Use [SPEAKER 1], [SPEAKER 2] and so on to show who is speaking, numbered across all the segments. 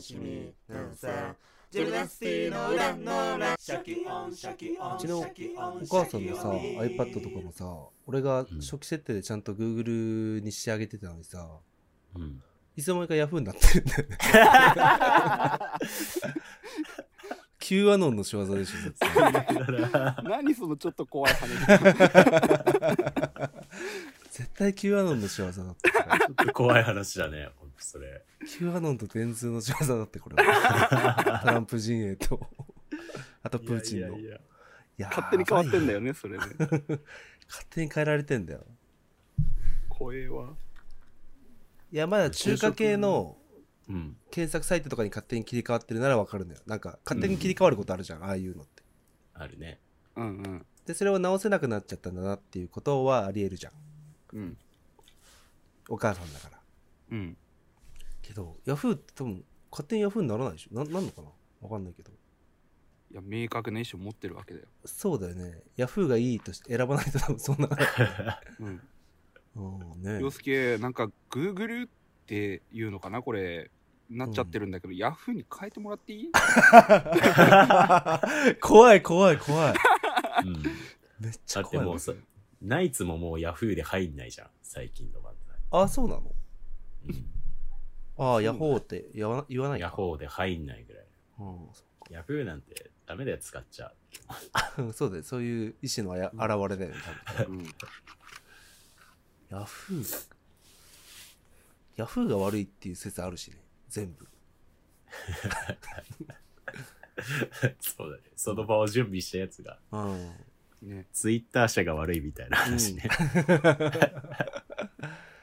[SPEAKER 1] しみなんさジェルナスティの裏の裏
[SPEAKER 2] シャキオンシャキオンシャキオン
[SPEAKER 3] お母さんのさ、
[SPEAKER 2] シャキオン
[SPEAKER 3] iPad とかもさ、俺が
[SPEAKER 1] うん
[SPEAKER 3] 初期設定でちゃんと Google に仕上げてたのにさ、
[SPEAKER 1] うん
[SPEAKER 3] いつの間にか Yahoo になってるんだよね。Q アノンの仕業でしょ、絶対。
[SPEAKER 4] 何そのちょっと怖い話
[SPEAKER 3] 絶対 Q アノンの仕業だって。
[SPEAKER 1] ちょっと怖い話だね、ほんとそれ。
[SPEAKER 3] Q アノンと電通の仕業だって、これ は。トランプ陣営と、あとプーチンの。
[SPEAKER 1] いやいやいや
[SPEAKER 3] いやー
[SPEAKER 4] 勝手に変わってんだよねそれね
[SPEAKER 3] 勝手に変えられてんだよ。
[SPEAKER 4] 声はい
[SPEAKER 3] や、まだ中華系の
[SPEAKER 1] うん。
[SPEAKER 3] 検索サイトとかに勝手に切り替わってるならわかるんだよ。なんか、勝手に切り替わることあるじゃん、ああいうのって。
[SPEAKER 1] あるね。
[SPEAKER 4] うんうん
[SPEAKER 3] で、それを直せなくなっちゃったんだなっていうことはあり得るじゃん。
[SPEAKER 4] うん
[SPEAKER 3] お母さんだから。
[SPEAKER 4] うん
[SPEAKER 3] けど、ヤフーって多分、勝手にヤフーにならないでしょな、なんのかなわかんないけど。
[SPEAKER 4] いや明確な意思を持ってるわけだよ、
[SPEAKER 3] そうだよね。ヤフーがいいとして選ばないと多分そんな。
[SPEAKER 4] うん、
[SPEAKER 3] うん、ね
[SPEAKER 4] 洋介なんか Google っていうのかなこれなっちゃってるんだけど、ヤフーに変えてもらっていい
[SPEAKER 3] 怖い怖い怖い。
[SPEAKER 1] うん。
[SPEAKER 3] めっち
[SPEAKER 1] あ、
[SPEAKER 3] ゃ
[SPEAKER 1] で
[SPEAKER 3] 怖い
[SPEAKER 1] も
[SPEAKER 3] わ。
[SPEAKER 1] さ、ナイツももうヤフーで入んないじゃん、最近の漫
[SPEAKER 3] あ、そうなの
[SPEAKER 1] 才。
[SPEAKER 3] ああ、ヤホーって言わ言わ
[SPEAKER 1] う、
[SPEAKER 3] なんい
[SPEAKER 1] ヤ
[SPEAKER 3] か。
[SPEAKER 1] ホーで入んないぐらい。
[SPEAKER 3] うんそ
[SPEAKER 1] ヤフーなんてダメだよ、使っちゃう。
[SPEAKER 3] う そうだよ。そういう意思のあや現れだよね。多
[SPEAKER 4] うん
[SPEAKER 3] 分ヤフー。ヤフーが悪いっていう説あるしね。全部。
[SPEAKER 1] そうだね。その場を準備したやつが、
[SPEAKER 3] うん。
[SPEAKER 4] ね
[SPEAKER 1] ツイッター社が悪いみたいな話ね。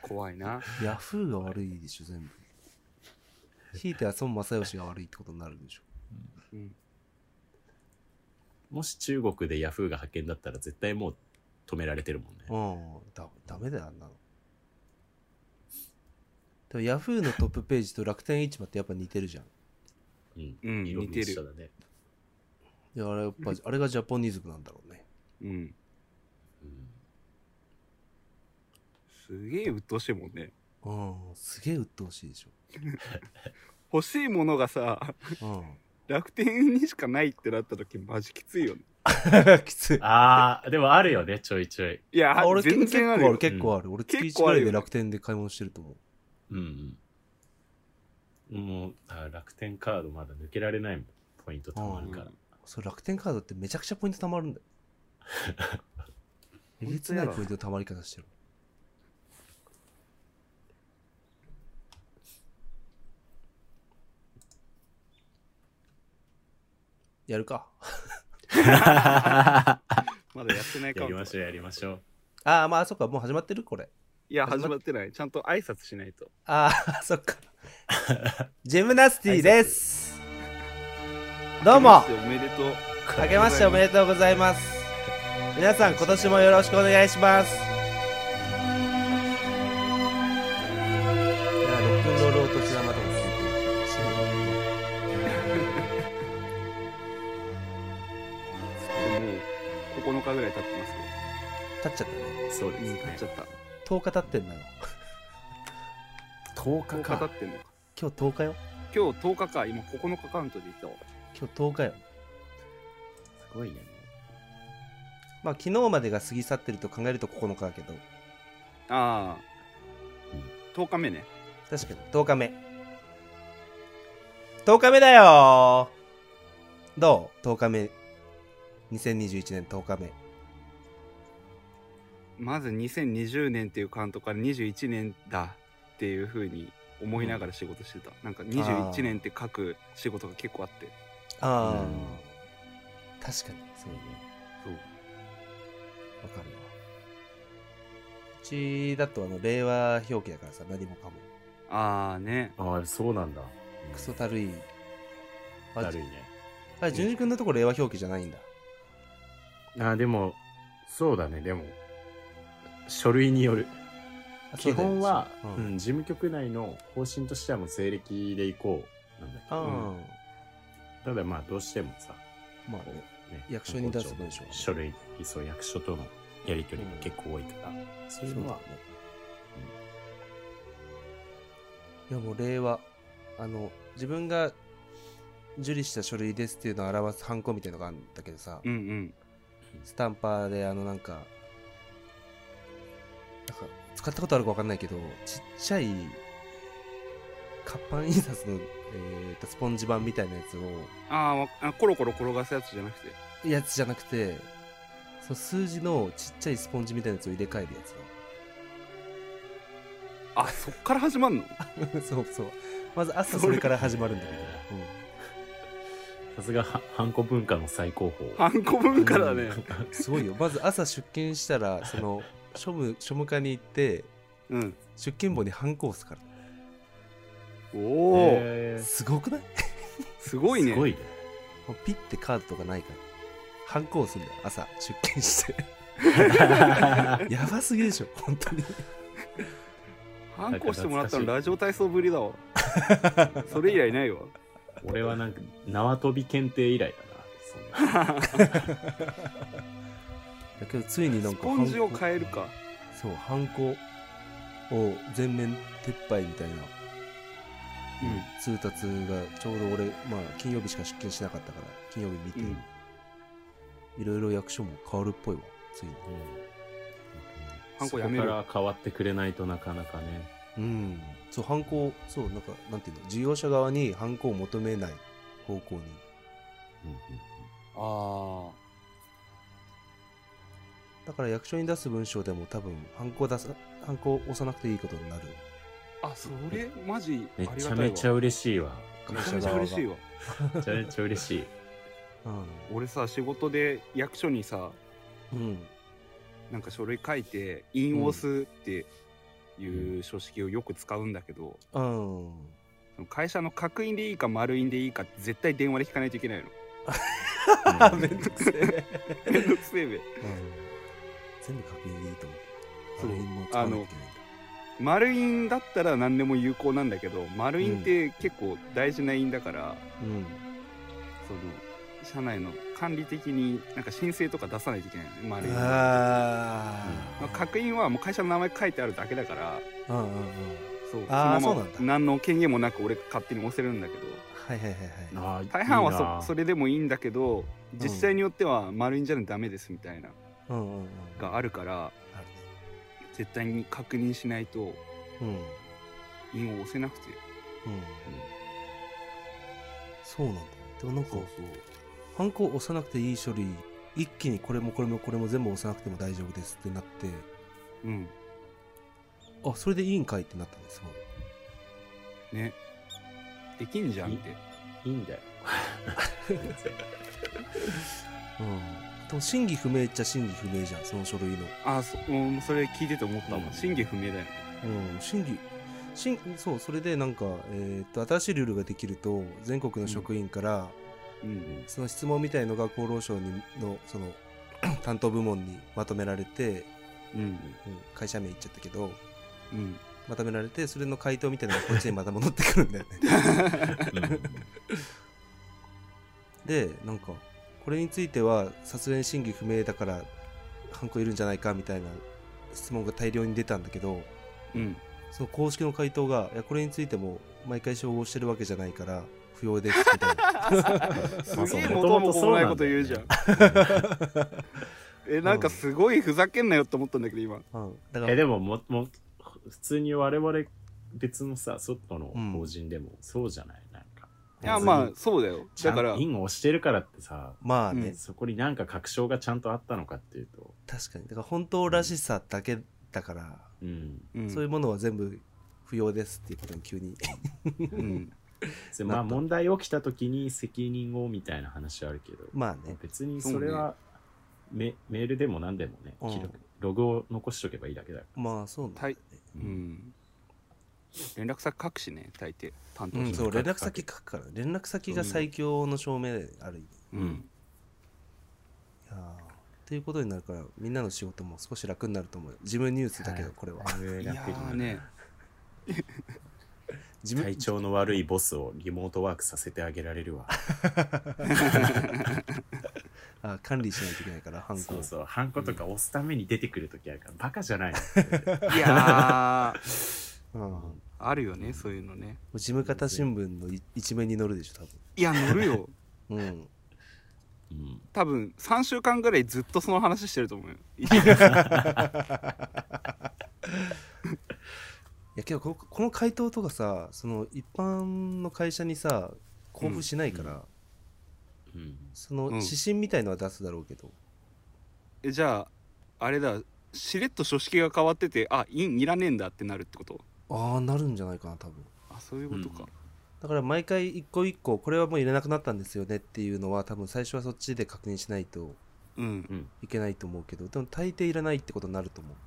[SPEAKER 4] 怖いな
[SPEAKER 3] ヤフーが悪いでしょ、全部。ひいては孫正義が悪いってことになるでしょ。
[SPEAKER 4] うん
[SPEAKER 1] もし中国でヤフーが派遣だったら絶対もう止められてるもんね。
[SPEAKER 3] うん。だダメだよ、あんなの。でもヤフーのトップページと楽天市場ってやっぱ似てるじゃん。
[SPEAKER 1] うん。
[SPEAKER 4] うん
[SPEAKER 1] 色
[SPEAKER 4] 似
[SPEAKER 1] も
[SPEAKER 4] て
[SPEAKER 1] 一緒
[SPEAKER 4] る
[SPEAKER 1] だね。
[SPEAKER 3] いや、あれやっぱ、あれがジャポニズムなんだろうね。
[SPEAKER 4] うん
[SPEAKER 1] うん
[SPEAKER 4] すげえ鬱陶しいもんね
[SPEAKER 3] うん。すげえ鬱陶しいでし
[SPEAKER 4] 欲しいものがさ
[SPEAKER 3] ょ。
[SPEAKER 4] 楽天にしかないってなった時マジきついよね
[SPEAKER 3] うん。きつい。
[SPEAKER 1] あー、でもあるよね、ちょいちょい。
[SPEAKER 4] いや
[SPEAKER 3] あ俺
[SPEAKER 4] 全
[SPEAKER 3] 結構
[SPEAKER 4] 然
[SPEAKER 3] あ
[SPEAKER 4] ある
[SPEAKER 3] る、
[SPEAKER 4] よ
[SPEAKER 3] 結構ある。俺月
[SPEAKER 4] 結
[SPEAKER 3] 1
[SPEAKER 4] 構
[SPEAKER 3] ぐ
[SPEAKER 4] あ
[SPEAKER 3] ら
[SPEAKER 4] る
[SPEAKER 3] い
[SPEAKER 4] よ
[SPEAKER 3] で楽天で買い物してると思う。
[SPEAKER 1] うんうん。もう、あ楽天カードまだ抜けられないもん。ポイント貯まるから。
[SPEAKER 3] それ楽天カードってめちゃくちゃポイント貯まるんだよ。えげつないポイント貯まり方してる。やるか。
[SPEAKER 4] まだやってないか
[SPEAKER 1] やりましょう、やりましょう。
[SPEAKER 3] ああ、まあ、そっか、もう始まってるこれ。
[SPEAKER 4] いや
[SPEAKER 3] 始
[SPEAKER 4] 始
[SPEAKER 3] ま
[SPEAKER 4] まってないちゃんと挨拶しないと
[SPEAKER 3] ああ、そっか。ジムナスティです。どうも
[SPEAKER 4] 明、けましておめ
[SPEAKER 3] あけましておめで
[SPEAKER 4] でとう
[SPEAKER 3] とうございます。皆さん、今年もよろしくお願いします。いや、ロックンロール落とし玉とか聞いて
[SPEAKER 4] もう9日ぐらい経ってますよ
[SPEAKER 3] 立っちゃったね。
[SPEAKER 1] そうです
[SPEAKER 4] うん
[SPEAKER 1] ね
[SPEAKER 4] 経っ。ちゃった
[SPEAKER 3] 10日経ってんだよ。
[SPEAKER 1] 10日
[SPEAKER 4] 10日経
[SPEAKER 1] か。
[SPEAKER 4] ってんのか
[SPEAKER 3] 今日10日よ。
[SPEAKER 4] 今日10日か今9日カウントでいったわ
[SPEAKER 3] 今日10日よ。
[SPEAKER 1] すごいね。
[SPEAKER 3] まあ、昨日までが過ぎ去ってると考えると9日だけど、
[SPEAKER 4] ああ
[SPEAKER 1] うん
[SPEAKER 4] 10日目ね
[SPEAKER 3] 確かに10日目。10日目だよーどう ?10 日目。2021年10日目。
[SPEAKER 4] まず2020年っていうカウントから21年だっていうふうに思いながら仕事してた、なんか21年って書く仕事が結構あって
[SPEAKER 3] ああ、
[SPEAKER 1] うん
[SPEAKER 3] 確かに
[SPEAKER 1] そうね。
[SPEAKER 4] そう
[SPEAKER 3] わかるわうちだとあの令和表記だからさ何もかも
[SPEAKER 4] ああね
[SPEAKER 1] ああ、そうなんだ。
[SPEAKER 3] クソたるいあ
[SPEAKER 1] だるいね。
[SPEAKER 3] あれ淳二君のとこ令和表記じゃないんだ
[SPEAKER 1] ああ、でも、そうだね、でも、書類による。
[SPEAKER 3] あそ
[SPEAKER 1] 基
[SPEAKER 3] うだよ
[SPEAKER 1] 本は、
[SPEAKER 3] う
[SPEAKER 1] うんん、事務局内の方針としてはもう西暦で行こうなんだけ
[SPEAKER 3] ああ、
[SPEAKER 1] ど、ただまあどうしてもさ、
[SPEAKER 3] まあ
[SPEAKER 1] こ
[SPEAKER 3] ね
[SPEAKER 1] うね、
[SPEAKER 3] 役所に出す文章はね
[SPEAKER 1] 書類、そう、役所とのやり取りが結構多いから、そう
[SPEAKER 3] そうだ
[SPEAKER 1] いう
[SPEAKER 3] よ
[SPEAKER 1] のは
[SPEAKER 3] ね、いやもう令和あの自分が受理した書類ですっていうのを表すハンコみたいのがあるんだけどさ、
[SPEAKER 4] うんうん
[SPEAKER 3] スタンパーであのなんかなんか使ったことあるかわかんないけどちっちゃい活版印刷の、えーとスポンジ板みたいなやつを
[SPEAKER 4] あーわあコロコロ転がすやつじゃなくて
[SPEAKER 3] やつじゃなくてその数字のちっちゃいスポンジみたいなやつを入れ替えるやつだ
[SPEAKER 4] あそっから始まんの
[SPEAKER 3] そうそう。まず朝それから始まるんだけど。
[SPEAKER 1] さすがはハンコ文化の最高峰
[SPEAKER 4] ハンコ文化だね
[SPEAKER 3] うん、すごいよ。まず朝出勤したら、その、庶務、庶務課に行って、
[SPEAKER 4] うん
[SPEAKER 3] 出勤簿にハンコを押すから。
[SPEAKER 4] お
[SPEAKER 1] お
[SPEAKER 4] お、
[SPEAKER 3] すごくない
[SPEAKER 4] すごいね
[SPEAKER 1] すごいね
[SPEAKER 3] もうピッてカードとかないから。ハンコを押すんだよ、朝、出勤して。 やばすぎでしょ、本当に。
[SPEAKER 4] 反抗してもらったのラジオ体操ぶ りだわそれ以来ないわ
[SPEAKER 1] 俺はなんか縄跳び検定以来だなそんな
[SPEAKER 3] だけど、ついになん
[SPEAKER 4] ス
[SPEAKER 3] か
[SPEAKER 4] ポ
[SPEAKER 3] ハンコ
[SPEAKER 4] ンジを変えるか
[SPEAKER 3] そう、ハンコを全面撤廃みたいな。通達がちょうど俺、まあ、金曜日しか出勤しなかったから金曜日見て、
[SPEAKER 4] うん
[SPEAKER 3] いろいろ役所も変わるっぽいわついに
[SPEAKER 1] うん
[SPEAKER 4] ハンコやめ
[SPEAKER 1] そ
[SPEAKER 4] ろ
[SPEAKER 1] こから変わってくれないとなかなかね
[SPEAKER 3] うんそう犯行そうなんかなんていうの事業者側に犯行を求めない方向に
[SPEAKER 1] うんうん
[SPEAKER 4] あ
[SPEAKER 3] だから役所に出す文章でも多分犯行出さ犯行押さなくていいことになる
[SPEAKER 4] あそれマジあ
[SPEAKER 1] め
[SPEAKER 4] りがたい
[SPEAKER 1] ちゃ
[SPEAKER 4] わ
[SPEAKER 1] めちゃ嬉しいわ
[SPEAKER 4] めちゃめちゃ嬉しいわ
[SPEAKER 1] めちゃめちゃ嬉 しい
[SPEAKER 3] う
[SPEAKER 4] 俺さ仕事で役所にさ
[SPEAKER 3] ん、うん、
[SPEAKER 4] なんか書類書いて印を押すっていう書式をよく使うんだけど、
[SPEAKER 3] うん
[SPEAKER 4] その会社の角印でいいか丸印でいいかって絶対電話で聞かないといけないの
[SPEAKER 3] あ めんどくせえ、
[SPEAKER 4] めんどくせえべ
[SPEAKER 3] うん、全部確認でいいと思う
[SPEAKER 4] そ
[SPEAKER 3] あ
[SPEAKER 4] う
[SPEAKER 3] れも使わなきゃいけないんだ
[SPEAKER 4] 丸印だったら何でも有効なんだけど丸印って結構大事な印だから、
[SPEAKER 3] うん
[SPEAKER 4] その社内の管理的になんか申請とか出さないといけないのね丸印
[SPEAKER 3] あ
[SPEAKER 4] まあ
[SPEAKER 3] あ
[SPEAKER 4] 確認はもう会社の名前書いてあるだけだから
[SPEAKER 3] うんうんうん
[SPEAKER 4] そう
[SPEAKER 3] あー
[SPEAKER 4] その
[SPEAKER 3] そう
[SPEAKER 4] ま
[SPEAKER 3] な
[SPEAKER 4] ま
[SPEAKER 3] んだ
[SPEAKER 4] 何の権限もなく俺が勝手に押せるんだけど
[SPEAKER 3] はいはいはいはい
[SPEAKER 1] あー
[SPEAKER 4] 大半はい
[SPEAKER 1] いな
[SPEAKER 4] そそれでもいいんだけど
[SPEAKER 3] ん
[SPEAKER 4] 実際によっては丸印じゃダメですみたいな
[SPEAKER 3] うんうんうん
[SPEAKER 4] があるから
[SPEAKER 3] ある
[SPEAKER 4] 絶対に確認しないと
[SPEAKER 3] ねうんうん
[SPEAKER 4] 印を押せなくて
[SPEAKER 3] そうなんだよでもなんかハンコを押さなくていい書類一気にこれもこれもこれも全部押さなくても大丈夫ですってなって
[SPEAKER 4] うん
[SPEAKER 3] あそれでいいんかいってなったんですごい
[SPEAKER 4] ねできんじゃんって
[SPEAKER 1] いいんだ よ
[SPEAKER 3] うんでも真偽不明っちゃ真偽不明じゃんその書類の
[SPEAKER 4] あーそうんそれ聞いてて思ったわ
[SPEAKER 1] うん
[SPEAKER 4] 真偽不明だよね
[SPEAKER 3] うん、審議審そうそれでなんか、えーっと新しいルールができると全国の職員から、
[SPEAKER 4] うん
[SPEAKER 3] その質問みたいのが厚労省にのその 担当部門にまとめられて、
[SPEAKER 4] うん
[SPEAKER 3] うん会社名言っちゃったけど
[SPEAKER 4] うん
[SPEAKER 3] まとめられてそれの回答みたいなのがこっちにまた戻ってくるんだよ ねでなんかこれについてはさすがに真偽不明だからハンコいるんじゃないかみたいな質問が大量に出たんだけど
[SPEAKER 4] うん
[SPEAKER 3] その公式の回答がいやこれについても毎回照合してるわけじゃないから不要ですみたいな
[SPEAKER 4] すげえ元も子もないこと言うじゃんえなんかすごいふざけんなよって思ったんだけど今
[SPEAKER 3] うん、だか
[SPEAKER 1] え
[SPEAKER 3] ら
[SPEAKER 1] でもももう普通に我々別のさ外の法人でもそうじゃない、なんか
[SPEAKER 4] いやまあそうだよ
[SPEAKER 1] ちゃ
[SPEAKER 4] だ
[SPEAKER 1] ん
[SPEAKER 4] から
[SPEAKER 1] 印を押してるからってさ
[SPEAKER 3] まあね、
[SPEAKER 4] うん
[SPEAKER 1] そこになんか確証がちゃんとあったのかっていうと、
[SPEAKER 3] 確かにだから本当らしさだけだから、
[SPEAKER 1] うん、
[SPEAKER 4] うん
[SPEAKER 3] そういうものは全部不要ですっていうことに急に
[SPEAKER 4] うん
[SPEAKER 1] でまあ問題起きた時に責任をみたいな話はあるけど、
[SPEAKER 3] まあね
[SPEAKER 1] 別にそれはメメールでも何でもね、
[SPEAKER 3] うん
[SPEAKER 1] 記録ログを残しとけばいいだけだか
[SPEAKER 3] まあそうだ、
[SPEAKER 4] 大うん連絡先書くしね大抵担当
[SPEAKER 3] う
[SPEAKER 4] 者
[SPEAKER 3] ん、そう連
[SPEAKER 4] 連絡
[SPEAKER 3] 絡先書くから連絡先が最強の証明である意味
[SPEAKER 1] ら、
[SPEAKER 3] いやーっていうことになるからみんなの仕事も少し楽になると思うよ事務ニュースだけど
[SPEAKER 1] はい
[SPEAKER 3] これは、
[SPEAKER 1] うん
[SPEAKER 4] いやーね
[SPEAKER 3] 事務
[SPEAKER 1] 体調の悪いボスをリモートワークさせてあげられるわ
[SPEAKER 3] あ管理しないといけないからハンコ
[SPEAKER 1] そ
[SPEAKER 3] を
[SPEAKER 1] うそうハンコとか押すために出てくる時あるから、バカじゃないの
[SPEAKER 4] いやー
[SPEAKER 3] うん
[SPEAKER 4] あるよねそういうのね
[SPEAKER 3] う事務方新聞のい一面に載るでしょ
[SPEAKER 4] いや乗るよ
[SPEAKER 3] 多分うん
[SPEAKER 1] うん。
[SPEAKER 4] 多分3週間ぐらいずっとその話してると思うよ
[SPEAKER 3] いやけどここの回答とかさその一般の会社にさ交付しないから、
[SPEAKER 1] うん。
[SPEAKER 3] その
[SPEAKER 4] うん
[SPEAKER 3] 指針みたいのは出すだろうけど、
[SPEAKER 4] えじゃああれだしれっと書式が変わっててあいいらねえんだってなるってこと
[SPEAKER 3] ああなるんじゃないかな多分
[SPEAKER 4] あそういうことか、
[SPEAKER 3] だから毎回一個一個これはもう入れなくなったんですよねっていうのは多分最初はそっちで確認しないと
[SPEAKER 4] うん、
[SPEAKER 3] いけないと思うけどでも大抵いらないってことになると思う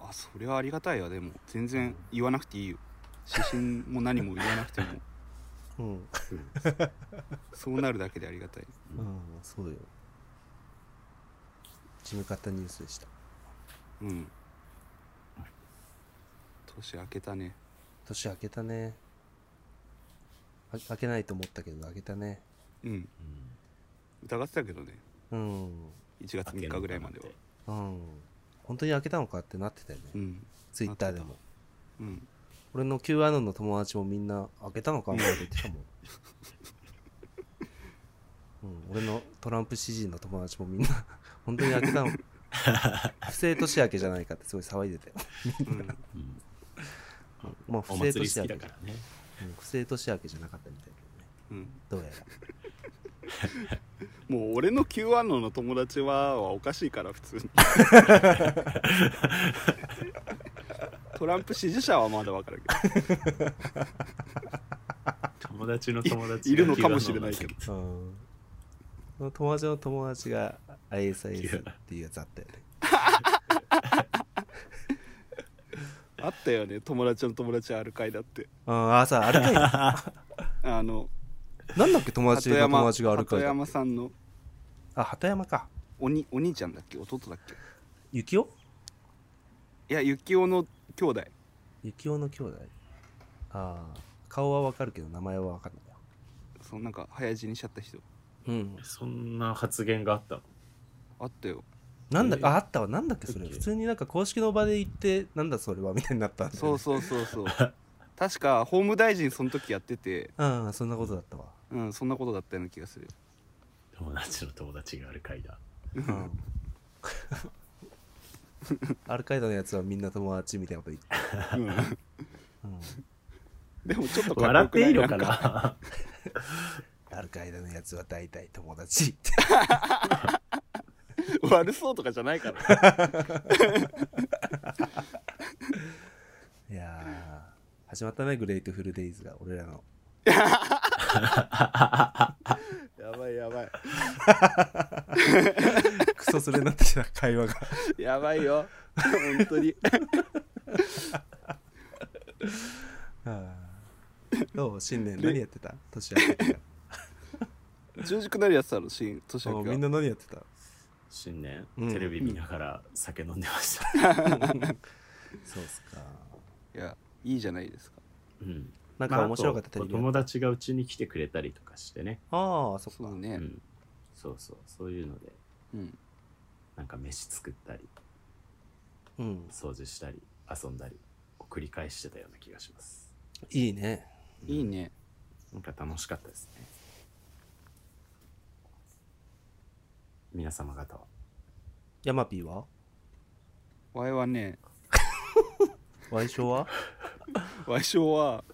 [SPEAKER 4] あそれはありがたいわでも全然言わなくていいよ指針も何も言わなくても
[SPEAKER 3] うん、うん、
[SPEAKER 4] そうなるだけでありがたい
[SPEAKER 3] そうよ事務方ニュースでした
[SPEAKER 4] うん年明けたね
[SPEAKER 3] 年明けたねあ明けないと思ったけど明けたね
[SPEAKER 4] うん疑ってたけどね
[SPEAKER 3] うん
[SPEAKER 4] 1月3日ぐらいまで
[SPEAKER 3] う
[SPEAKER 4] は
[SPEAKER 3] ん本当に明けたのかってなってたよね、
[SPEAKER 4] うん
[SPEAKER 3] ツイッターでも
[SPEAKER 4] うん
[SPEAKER 3] 俺の Q アノンの友達もみんな開けたのかみたいなこと言ってたもん、うん、俺のトランプ支持の友達もみんな 本当に開けたの不正年明けじゃないかってすごい騒いでたよ、
[SPEAKER 4] うん
[SPEAKER 1] うん。
[SPEAKER 3] うんまあ不
[SPEAKER 1] お
[SPEAKER 3] 正
[SPEAKER 1] 祭り
[SPEAKER 3] 年
[SPEAKER 1] 好
[SPEAKER 3] 明け
[SPEAKER 1] きだ
[SPEAKER 3] じ
[SPEAKER 1] か
[SPEAKER 3] ゃ
[SPEAKER 1] らね。
[SPEAKER 3] うん不正年明けじゃなかったみたい
[SPEAKER 4] うん
[SPEAKER 3] だけどねどうやら
[SPEAKER 4] もう俺の Q アノの友達ははおかしいから普通 にトランプ支持者はまだわかるけ
[SPEAKER 1] 友達の友達
[SPEAKER 4] いいるのかもしれないけど
[SPEAKER 3] うんその友達の友達が ISIS っていうやつあったよね
[SPEAKER 4] どあったよね友達の友達ある会だって
[SPEAKER 3] うんあさあれかい な
[SPEAKER 4] あの
[SPEAKER 3] なんだっけ友達
[SPEAKER 4] 鳩
[SPEAKER 3] の友
[SPEAKER 4] 山
[SPEAKER 3] 達があるか
[SPEAKER 4] 鳩
[SPEAKER 3] いだっ
[SPEAKER 4] 山
[SPEAKER 3] け
[SPEAKER 4] さんの
[SPEAKER 3] あ鳩山か
[SPEAKER 4] おにお兄ちゃんだっけ弟だっけ
[SPEAKER 3] 幸男
[SPEAKER 4] いや幸男の兄弟
[SPEAKER 3] 幸男の兄弟ああ顔はわかるけど名前はわかんない
[SPEAKER 4] そのなんか早死にしちゃった人
[SPEAKER 3] うん
[SPEAKER 1] そんな発言があったの
[SPEAKER 4] あったよ
[SPEAKER 3] なんだああったわなんだっけそれ
[SPEAKER 1] オッケー
[SPEAKER 3] 普通になんか公式の場で行ってなんだそれはみたいになったんだよね
[SPEAKER 4] そうそうそうそう確か法務大臣その時やってて
[SPEAKER 3] うんそんなことだったわ
[SPEAKER 4] うんそんなことだったような気がする
[SPEAKER 1] 友達の友達がある会だ。
[SPEAKER 3] うん アルカイダのやつはみんな友達みたいなこと言って、
[SPEAKER 4] うん
[SPEAKER 3] う、
[SPEAKER 4] でもちょっとか
[SPEAKER 1] 笑
[SPEAKER 4] っ
[SPEAKER 1] っ
[SPEAKER 4] こよくな
[SPEAKER 1] ていいの
[SPEAKER 4] ん
[SPEAKER 1] かなん
[SPEAKER 3] アルカイダのやつは大体友達って
[SPEAKER 4] 悪そうとかじゃないから
[SPEAKER 3] いやー始まったねグレイトフルデイズが俺らの
[SPEAKER 4] やばいやばい
[SPEAKER 3] クソそれになってきた会話が
[SPEAKER 4] やばいよ本当に
[SPEAKER 3] あーどう新年何やってた年明けてか
[SPEAKER 4] 中軸なりやってたのシーン年
[SPEAKER 3] ら
[SPEAKER 4] 明
[SPEAKER 3] お
[SPEAKER 4] け
[SPEAKER 3] み
[SPEAKER 4] は
[SPEAKER 3] んな何やってた
[SPEAKER 1] 新年、
[SPEAKER 3] うん
[SPEAKER 1] テレビ見ながら酒飲んでました。
[SPEAKER 3] そうっすか。
[SPEAKER 4] いやいいじゃないですか
[SPEAKER 1] うん。
[SPEAKER 3] なんか面白かったテ
[SPEAKER 1] まああと
[SPEAKER 3] レビだった
[SPEAKER 1] 友達がうちに来てくれたりとかしてね。
[SPEAKER 3] ああ、そっ
[SPEAKER 4] そう
[SPEAKER 3] か
[SPEAKER 4] だ。
[SPEAKER 1] う
[SPEAKER 4] ね
[SPEAKER 1] ん。そうそう、そういうので、
[SPEAKER 4] うん
[SPEAKER 1] なんか飯作ったり、
[SPEAKER 3] うん。
[SPEAKER 1] 掃除したり、遊んだり、を繰り返してたような気がします。
[SPEAKER 3] いいね。
[SPEAKER 4] いいね
[SPEAKER 1] なんか楽しかったですね。皆様方は。
[SPEAKER 3] ヤマピーは
[SPEAKER 4] わいはね
[SPEAKER 3] ワイショー は
[SPEAKER 4] わいしょうは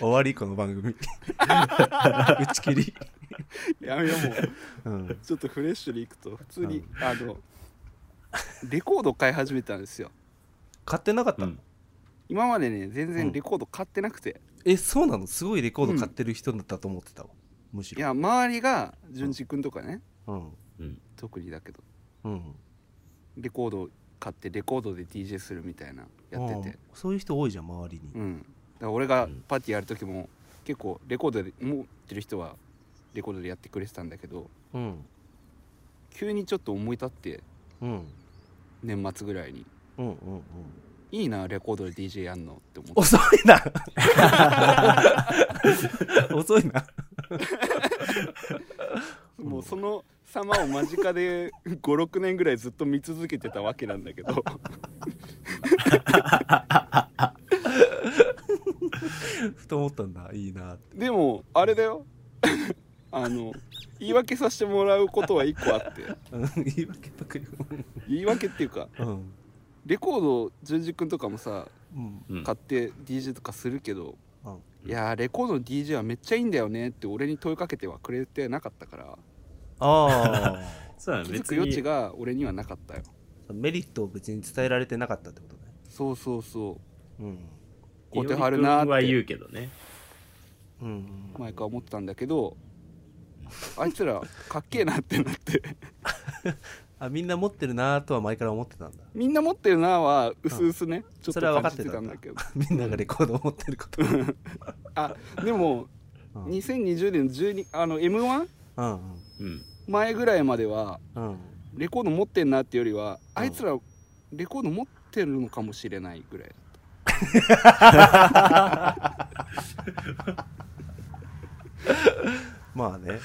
[SPEAKER 3] 終わり、この番組。打ち切り。
[SPEAKER 4] やめようも
[SPEAKER 3] うん
[SPEAKER 4] う。ちょっとフレッシュにいくと普通に、
[SPEAKER 3] う
[SPEAKER 4] あのレコード買い始めたんですよ
[SPEAKER 3] 買ってなかったの、
[SPEAKER 4] 今までね全
[SPEAKER 3] う
[SPEAKER 4] 然
[SPEAKER 3] ん
[SPEAKER 4] レコード買ってなくて、
[SPEAKER 3] え、そうなのすごいレコード買ってる人だったと思ってたわ。むし
[SPEAKER 4] い
[SPEAKER 3] ろ。
[SPEAKER 4] や周りが淳二君とかね、
[SPEAKER 3] うん。
[SPEAKER 1] うん。
[SPEAKER 4] 特にだけど
[SPEAKER 3] うん。
[SPEAKER 4] レコード買ってレコードで DJ するみたいなやってて
[SPEAKER 3] ああそういう人多いじゃん、周りに。
[SPEAKER 4] うん、だから俺がパーティーやる時も結構レコードで持ってる人はレコードでやってくれてたんだけど
[SPEAKER 3] うん。
[SPEAKER 4] 急にちょっと思い立って
[SPEAKER 3] うん。
[SPEAKER 4] 年末ぐらいに
[SPEAKER 3] うんうん うん。
[SPEAKER 4] いいなレコードで DJ やんのって思っ
[SPEAKER 3] 遅い な遅いな。
[SPEAKER 4] てもうその様を間近で56年 ぐらいずっと見続けてたわけなんだけ ど
[SPEAKER 3] ふと思ったんだいいなって
[SPEAKER 4] でもあれだよ あの言い訳させてもらうことは一個あって
[SPEAKER 3] うん言い訳ばっかり
[SPEAKER 4] 言い訳っていうか
[SPEAKER 3] うん
[SPEAKER 4] レコード純次君とかもさ
[SPEAKER 3] うん
[SPEAKER 1] うん
[SPEAKER 4] 買って DJ とかするけど、
[SPEAKER 3] うん
[SPEAKER 4] いやーレコードの DJ はめっちゃいいんだよねって俺に問いかけてはくれてなかったから
[SPEAKER 3] あ
[SPEAKER 1] そうだね
[SPEAKER 4] 気づく
[SPEAKER 1] 別
[SPEAKER 4] 余地
[SPEAKER 1] に
[SPEAKER 4] が俺にはなかったよ
[SPEAKER 3] あメリットを別に伝えられてなかったってことね
[SPEAKER 4] そうそうそ
[SPEAKER 3] うん
[SPEAKER 4] こう手張るなーって
[SPEAKER 1] 伊織君は言うけどね
[SPEAKER 3] うん
[SPEAKER 4] う前から思ってたんだけどあいつらかっけえなってなって
[SPEAKER 3] あみんな持ってるなとは前から思ってたんだ
[SPEAKER 4] みんな持ってるなは薄々ね、ちょっ
[SPEAKER 3] それは分
[SPEAKER 4] と
[SPEAKER 3] かっ
[SPEAKER 4] 感じ
[SPEAKER 3] て
[SPEAKER 4] て
[SPEAKER 3] た
[SPEAKER 4] た
[SPEAKER 3] ん
[SPEAKER 4] ん
[SPEAKER 3] だ
[SPEAKER 4] だけど
[SPEAKER 3] みんながレコードを持ってることうん
[SPEAKER 4] あでも
[SPEAKER 3] うんうん
[SPEAKER 4] 2020年12あの m 1
[SPEAKER 3] うん
[SPEAKER 1] うん
[SPEAKER 4] 前ぐらいまでは
[SPEAKER 3] うん
[SPEAKER 4] レコード持ってんなっていうよりは、
[SPEAKER 3] うん
[SPEAKER 4] あいつらレコード持ってるのかもしれないぐらい
[SPEAKER 3] まあね、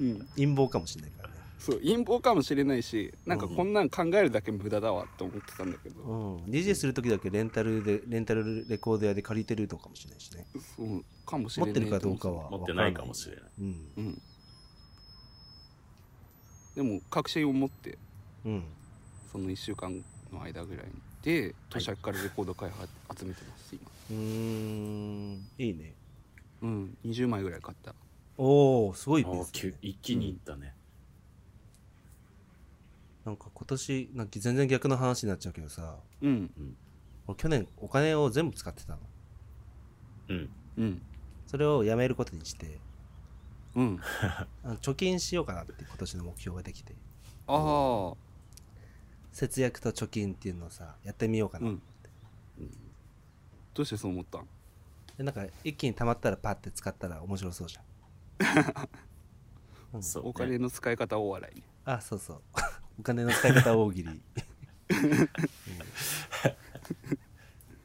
[SPEAKER 3] うん、
[SPEAKER 4] うん
[SPEAKER 3] 陰謀かもしれないからね
[SPEAKER 4] そう陰謀かもしれないしなんかこんなん考えるだけ無駄だわと思ってたんだけ
[SPEAKER 3] う
[SPEAKER 4] ど、
[SPEAKER 3] ん DJ する時だけレンタルでレンタルレコード屋で借りてるのかもしれないしね
[SPEAKER 4] そうかもし
[SPEAKER 3] 持
[SPEAKER 4] れ
[SPEAKER 3] っ
[SPEAKER 4] ない
[SPEAKER 3] てるかどうかは
[SPEAKER 1] 持ってないかもしれない
[SPEAKER 3] れないうん
[SPEAKER 4] うんでも確信を持って
[SPEAKER 3] うん
[SPEAKER 4] その1週間の間ぐらいにで年明けからレコード開発集めてます今
[SPEAKER 3] うーんいいね
[SPEAKER 4] うん20枚ぐらい買った
[SPEAKER 3] おおすごい
[SPEAKER 1] あ
[SPEAKER 3] で
[SPEAKER 1] ー
[SPEAKER 3] す、ね
[SPEAKER 1] 急、一気にいったね
[SPEAKER 3] なんか今年なんか全然逆の話になっちゃうけどさ
[SPEAKER 4] うん
[SPEAKER 3] 俺去年お金を全部使ってたの
[SPEAKER 1] うん
[SPEAKER 4] うん
[SPEAKER 3] それをやめることにして
[SPEAKER 4] うん
[SPEAKER 3] あの貯金しようかなって今年の目標ができて
[SPEAKER 4] ああ
[SPEAKER 3] 節約と貯金っていうのをさやってみようか
[SPEAKER 4] う
[SPEAKER 3] な、
[SPEAKER 4] んどうしてそう思ったん
[SPEAKER 3] でなんか一気に貯まったらパッて使ったら面白そうじゃん、うん、
[SPEAKER 1] そうね
[SPEAKER 4] お金の使い方大笑いね
[SPEAKER 3] あそうそう お金の使い方大喜利、うん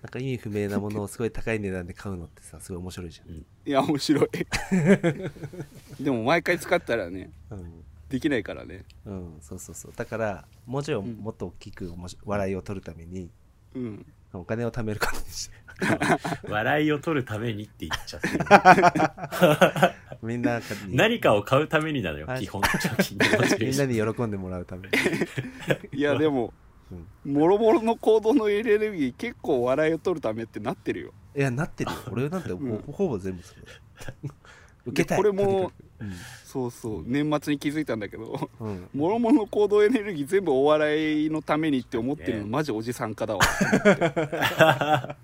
[SPEAKER 3] なんか意味不明なものをすごい高い値段で買うのってさすごい面白いじ
[SPEAKER 4] いや面白い でも毎回使ったらね
[SPEAKER 3] ゃん、うん
[SPEAKER 4] できないからね
[SPEAKER 3] うん、そうそうそうだからもうちょい
[SPEAKER 4] ん
[SPEAKER 3] もっと大きくおもし笑いを取るために
[SPEAKER 4] うん
[SPEAKER 3] お金を貯めることにして
[SPEAKER 1] 笑いを取るためにって言っちゃってる
[SPEAKER 3] みんなに
[SPEAKER 1] 何かを買うためになのよ
[SPEAKER 3] はい
[SPEAKER 1] 基本貯 金のモチ
[SPEAKER 3] み
[SPEAKER 1] ベー
[SPEAKER 3] ん
[SPEAKER 1] ショ
[SPEAKER 3] な
[SPEAKER 1] ン
[SPEAKER 3] に喜んでもらうために
[SPEAKER 4] いやでももろもろの行動のエネルギー結構笑いを取るためってなってるよ
[SPEAKER 3] いやなってるよ俺なんてほ,、
[SPEAKER 4] うん
[SPEAKER 3] ほぼ全部そ れ受けたい
[SPEAKER 4] これも
[SPEAKER 3] とにか
[SPEAKER 4] そうそう年末に気づいたんだけど
[SPEAKER 3] くうん、うん
[SPEAKER 4] もろもろの行動エネルギー全部お笑いのためにって思ってるのマジおじさん化だわ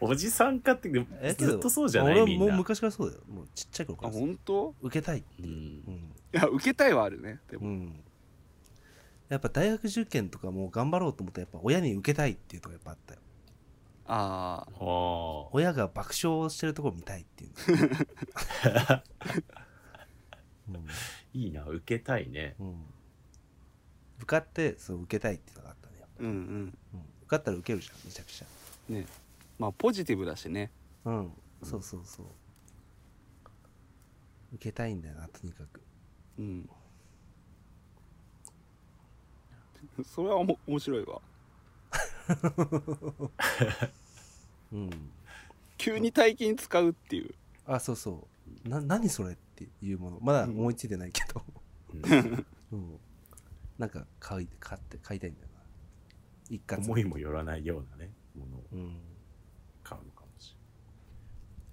[SPEAKER 1] おじさんかって
[SPEAKER 3] えけど
[SPEAKER 1] ずっとそうじゃない
[SPEAKER 3] 俺
[SPEAKER 1] み
[SPEAKER 3] も
[SPEAKER 1] ん
[SPEAKER 3] う
[SPEAKER 1] な
[SPEAKER 3] 昔からそうだよもうちっちゃい頃か
[SPEAKER 4] あ
[SPEAKER 3] ら
[SPEAKER 4] 本当
[SPEAKER 3] 受けたいって
[SPEAKER 1] う
[SPEAKER 3] いう、
[SPEAKER 1] ん
[SPEAKER 3] うん
[SPEAKER 4] いや受けたいはあるねで
[SPEAKER 3] う
[SPEAKER 4] も
[SPEAKER 3] ん、やっぱ大学受験とかも頑張ろうと思ったらやっぱ親に受けたいっていうとこやっぱあったよ
[SPEAKER 4] あ
[SPEAKER 1] あ
[SPEAKER 4] あ
[SPEAKER 1] あ
[SPEAKER 3] 親が爆笑してるとこ見たいって いうの、
[SPEAKER 1] いいな受けたいね
[SPEAKER 3] うんうん、受かってそう受けたいっていうのがあったね、
[SPEAKER 4] うんうん
[SPEAKER 3] うん、受かったら受けるじゃんめちゃくち
[SPEAKER 4] ねまあポジティブだしね
[SPEAKER 3] ゃうんそうそうそう受けたいんだよなとにかく
[SPEAKER 4] うんそれはおも面白いわ
[SPEAKER 3] うん
[SPEAKER 4] 急に大金使うっていう
[SPEAKER 3] あそうそうな何それっていうものまだ思いついてないけど、 うん、なんか買い買って買いたいんだよな一括
[SPEAKER 1] 思いもよらないようなねものを
[SPEAKER 3] うん
[SPEAKER 1] 買うのかもし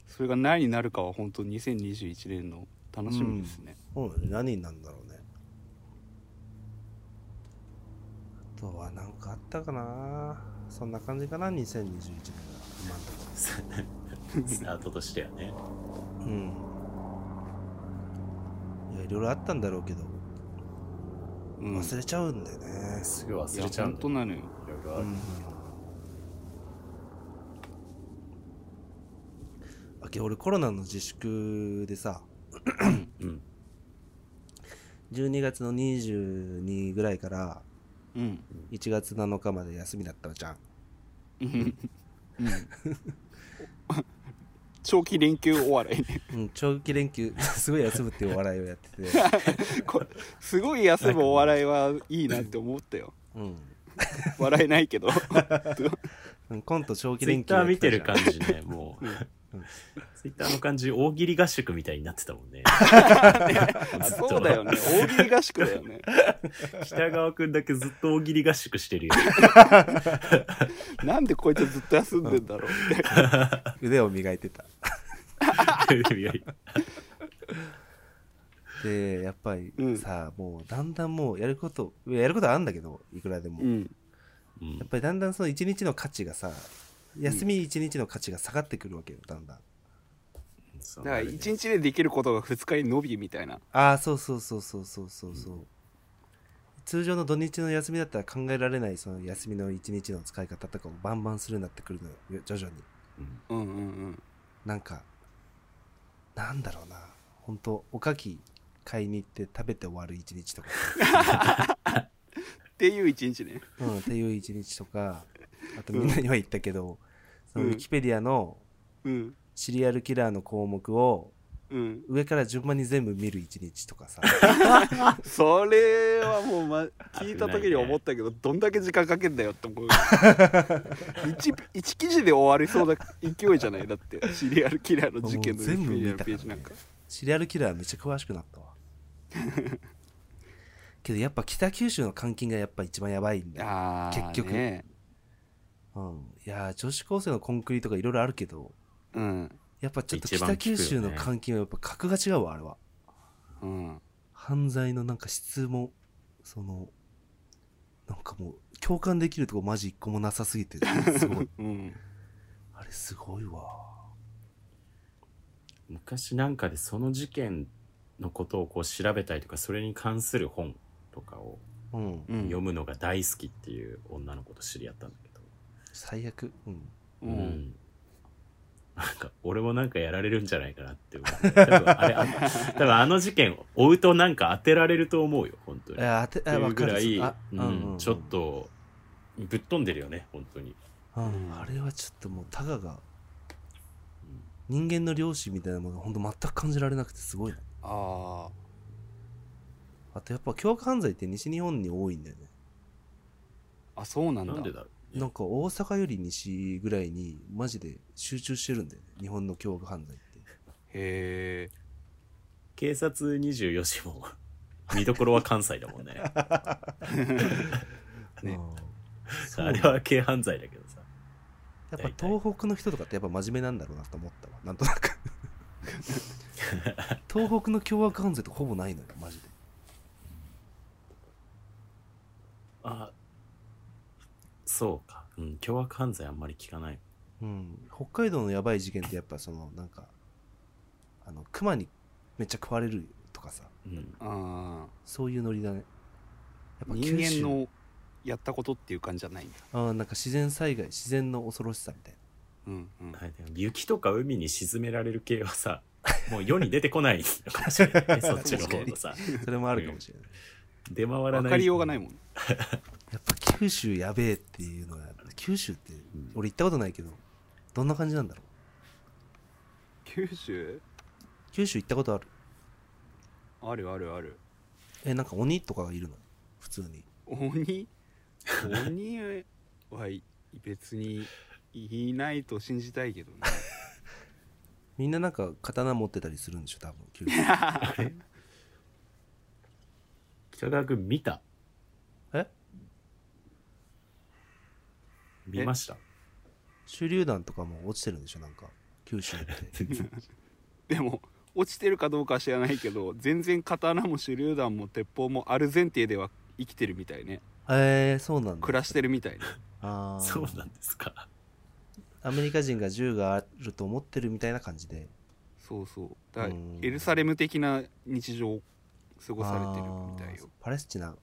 [SPEAKER 4] それが何になるかは本当2021年の楽しみですね、
[SPEAKER 3] そうだね何になるんだろうねあとは何かあったかなそんな感じかな2021年が今んとこ
[SPEAKER 1] れないスタートとしてはね
[SPEAKER 3] うんいやいろいろあったんだろうけど
[SPEAKER 4] うん
[SPEAKER 3] 忘れちゃうんだよね、
[SPEAKER 1] すぐ
[SPEAKER 4] い
[SPEAKER 1] 忘
[SPEAKER 4] や
[SPEAKER 1] れちゃうん
[SPEAKER 4] 本
[SPEAKER 1] だよ
[SPEAKER 4] 当なのよ
[SPEAKER 1] いろいろある
[SPEAKER 3] あけ俺コロナの自粛でさ
[SPEAKER 1] うん
[SPEAKER 3] 12月の22ぐらいから
[SPEAKER 4] うん
[SPEAKER 3] 1月7日まで休みだったじゃん
[SPEAKER 4] うんうん長期連休お笑い ね
[SPEAKER 3] うん、長期連休 すごい休むっていうお笑いをやってて、
[SPEAKER 4] こすごい休むお笑いはいいなって思ったよ
[SPEAKER 3] うん
[SPEAKER 4] 笑えない けど
[SPEAKER 3] うん、コント長期
[SPEAKER 1] ツイッ
[SPEAKER 3] 連休
[SPEAKER 1] ター見てる
[SPEAKER 3] か
[SPEAKER 1] 感じね、もう
[SPEAKER 4] うん。
[SPEAKER 1] ツイッターの感じ、大喜利合宿みたいになってたもん ね。
[SPEAKER 4] そうだよね大喜利合宿だよね
[SPEAKER 1] 北川くんだけずっと大喜利合宿して るよ。
[SPEAKER 4] なんでこいつずっと休んでんだろうって
[SPEAKER 3] 腕を磨いてたでやっぱり
[SPEAKER 4] うん
[SPEAKER 3] さ、もうだんだんもうやることいややることはあんだけどいくらでも、
[SPEAKER 4] う
[SPEAKER 3] や
[SPEAKER 4] ん
[SPEAKER 1] うん
[SPEAKER 3] っぱりだんだんその一日の価値がさ休み一日の価値が下がってくるわけよだんだん
[SPEAKER 1] そ
[SPEAKER 4] だ
[SPEAKER 1] う
[SPEAKER 4] から
[SPEAKER 1] あれね
[SPEAKER 4] 一日でできることが2日に伸びみたいな
[SPEAKER 3] ああそうそうそうそうそうそうそう、通常の土日の休みだったら考えられないその休みの一日の使い方とかをバンバンするようになってくるのよ徐々に
[SPEAKER 1] うん
[SPEAKER 4] うんうんうん
[SPEAKER 3] なんかなんだろうな本当おかき買いに行って食べて終わる一日とか、
[SPEAKER 4] っていう一日ね
[SPEAKER 3] うん、っていう一日とかあとみんなには言ったけど、そのウ
[SPEAKER 4] うん
[SPEAKER 3] ィキペディアの
[SPEAKER 4] うん
[SPEAKER 3] シリアルキラーの項目を
[SPEAKER 4] うん
[SPEAKER 3] 上から順番に全部見る一日と かさ
[SPEAKER 4] それは もう、ま、聞いた時に思ったけど、どんだけ時間かけんだよっ て思う一一記事で終わりそうな勢いじゃないだってシリアルキラーの事件の
[SPEAKER 3] もう全部見た
[SPEAKER 4] ページなんか
[SPEAKER 3] シリアルキラーめっちゃ詳しくなった わけどやっぱ北九州の監禁がやっぱ一番やばいんだよ、
[SPEAKER 4] あー
[SPEAKER 3] 結局
[SPEAKER 4] ね
[SPEAKER 3] うん、いやー女子高生のコンクリとかいろいろあるけど
[SPEAKER 4] うん
[SPEAKER 3] やっぱちょっと
[SPEAKER 1] 一番
[SPEAKER 3] 北
[SPEAKER 1] 効くよ
[SPEAKER 3] 九
[SPEAKER 1] ね
[SPEAKER 3] 州の監禁はやっぱ格が違うわあれは
[SPEAKER 4] うん
[SPEAKER 3] 犯罪のなんか質もそのなんかもう共感できるとこマジ一個もなさすぎてす ごい
[SPEAKER 4] うん
[SPEAKER 3] あれすごいわ
[SPEAKER 1] 昔なんかでその事件のことをこう調べたりとか、それに関する本とかを
[SPEAKER 3] うん
[SPEAKER 4] うん
[SPEAKER 1] 読むのが大好きっていう女の子と知り合ったんだけど。
[SPEAKER 3] 最悪うん
[SPEAKER 4] う
[SPEAKER 1] うんんなんか俺もなんかやられるんじゃないかなって思う多分あれあ多分あの事件追うとなんか当てられると思うよ本当に
[SPEAKER 3] いや当て
[SPEAKER 1] っ
[SPEAKER 3] あ
[SPEAKER 1] ていう
[SPEAKER 3] 分
[SPEAKER 1] ぐ
[SPEAKER 3] から
[SPEAKER 1] い、
[SPEAKER 3] る
[SPEAKER 1] うん
[SPEAKER 3] あうんうん
[SPEAKER 1] ちょっとぶっ飛んでるよね本当に、
[SPEAKER 3] うんあれはちょっともうタガが人間の良心みたいなものがほんと全く感じられなくてすごいな
[SPEAKER 4] ああ
[SPEAKER 3] あとやっぱ凶悪犯罪って西日本に多いんだよね
[SPEAKER 4] あそうな
[SPEAKER 1] うんん
[SPEAKER 4] だ
[SPEAKER 1] なんでだろう
[SPEAKER 3] なんか大阪より西ぐらいにマジで集中してるんだよね日本の凶悪犯罪って
[SPEAKER 4] へえ
[SPEAKER 1] 警察24時も見どころは関西だも んね
[SPEAKER 4] ね
[SPEAKER 3] うん そう
[SPEAKER 1] あれは軽犯罪だけどさ
[SPEAKER 3] やっぱ東北の人とかってやっぱ真面目なんだろうなと思ったわなんとな く東北の凶悪犯罪とほぼないのよマジで
[SPEAKER 1] あそうかうん凶悪犯罪あんまり聞かない
[SPEAKER 3] うん北海道のやばい事件ってやっぱそのなんかあの熊にめっちゃ食われるとかさ
[SPEAKER 1] うん
[SPEAKER 4] あ
[SPEAKER 3] そういうノリだねやっ
[SPEAKER 4] ー
[SPEAKER 3] ぱ
[SPEAKER 4] 人
[SPEAKER 3] 九州
[SPEAKER 4] 間のやったことっていう感じじゃないんだ
[SPEAKER 3] あーなんか自然災害自然の恐ろしさみたいな
[SPEAKER 4] うんうん
[SPEAKER 1] はいでも雪とか海に沈められる系はさ もう世に出てこないのかもしれな いねそっちの方のさ
[SPEAKER 3] それもあるかもしれない
[SPEAKER 1] 出回らない
[SPEAKER 4] 分かりようがないもん
[SPEAKER 3] やっぱ九州やべえっていうのは九州って
[SPEAKER 1] ん
[SPEAKER 3] 俺行ったことないけどどんな感じなんだろう
[SPEAKER 4] 九州
[SPEAKER 3] 九州行ったことある
[SPEAKER 4] あるあるある
[SPEAKER 3] えなんか鬼とかがいるの普通に
[SPEAKER 4] 鬼鬼はい別にいないと信じたいけどね
[SPEAKER 3] みんななんか刀持ってたりするんでしょ多分九 州
[SPEAKER 1] 北川君見た
[SPEAKER 3] え
[SPEAKER 1] 見ました
[SPEAKER 3] 手榴弾とかも落ちてるんでしょなんか九州って
[SPEAKER 4] でも落ちてるかどうかは知らないけど全然刀も手榴弾も鉄砲もある前提では生きてるみたいね
[SPEAKER 3] えー、そうなんだ
[SPEAKER 4] 暮らしてるみたいね
[SPEAKER 3] あー
[SPEAKER 1] そうなんですか
[SPEAKER 3] アメリカ人が銃があると思ってるみたいな感じで
[SPEAKER 4] そうそうだから
[SPEAKER 3] うん
[SPEAKER 4] エルサレム的な日常を過ごされてるみたい
[SPEAKER 3] あー
[SPEAKER 4] よ
[SPEAKER 3] パレスチナ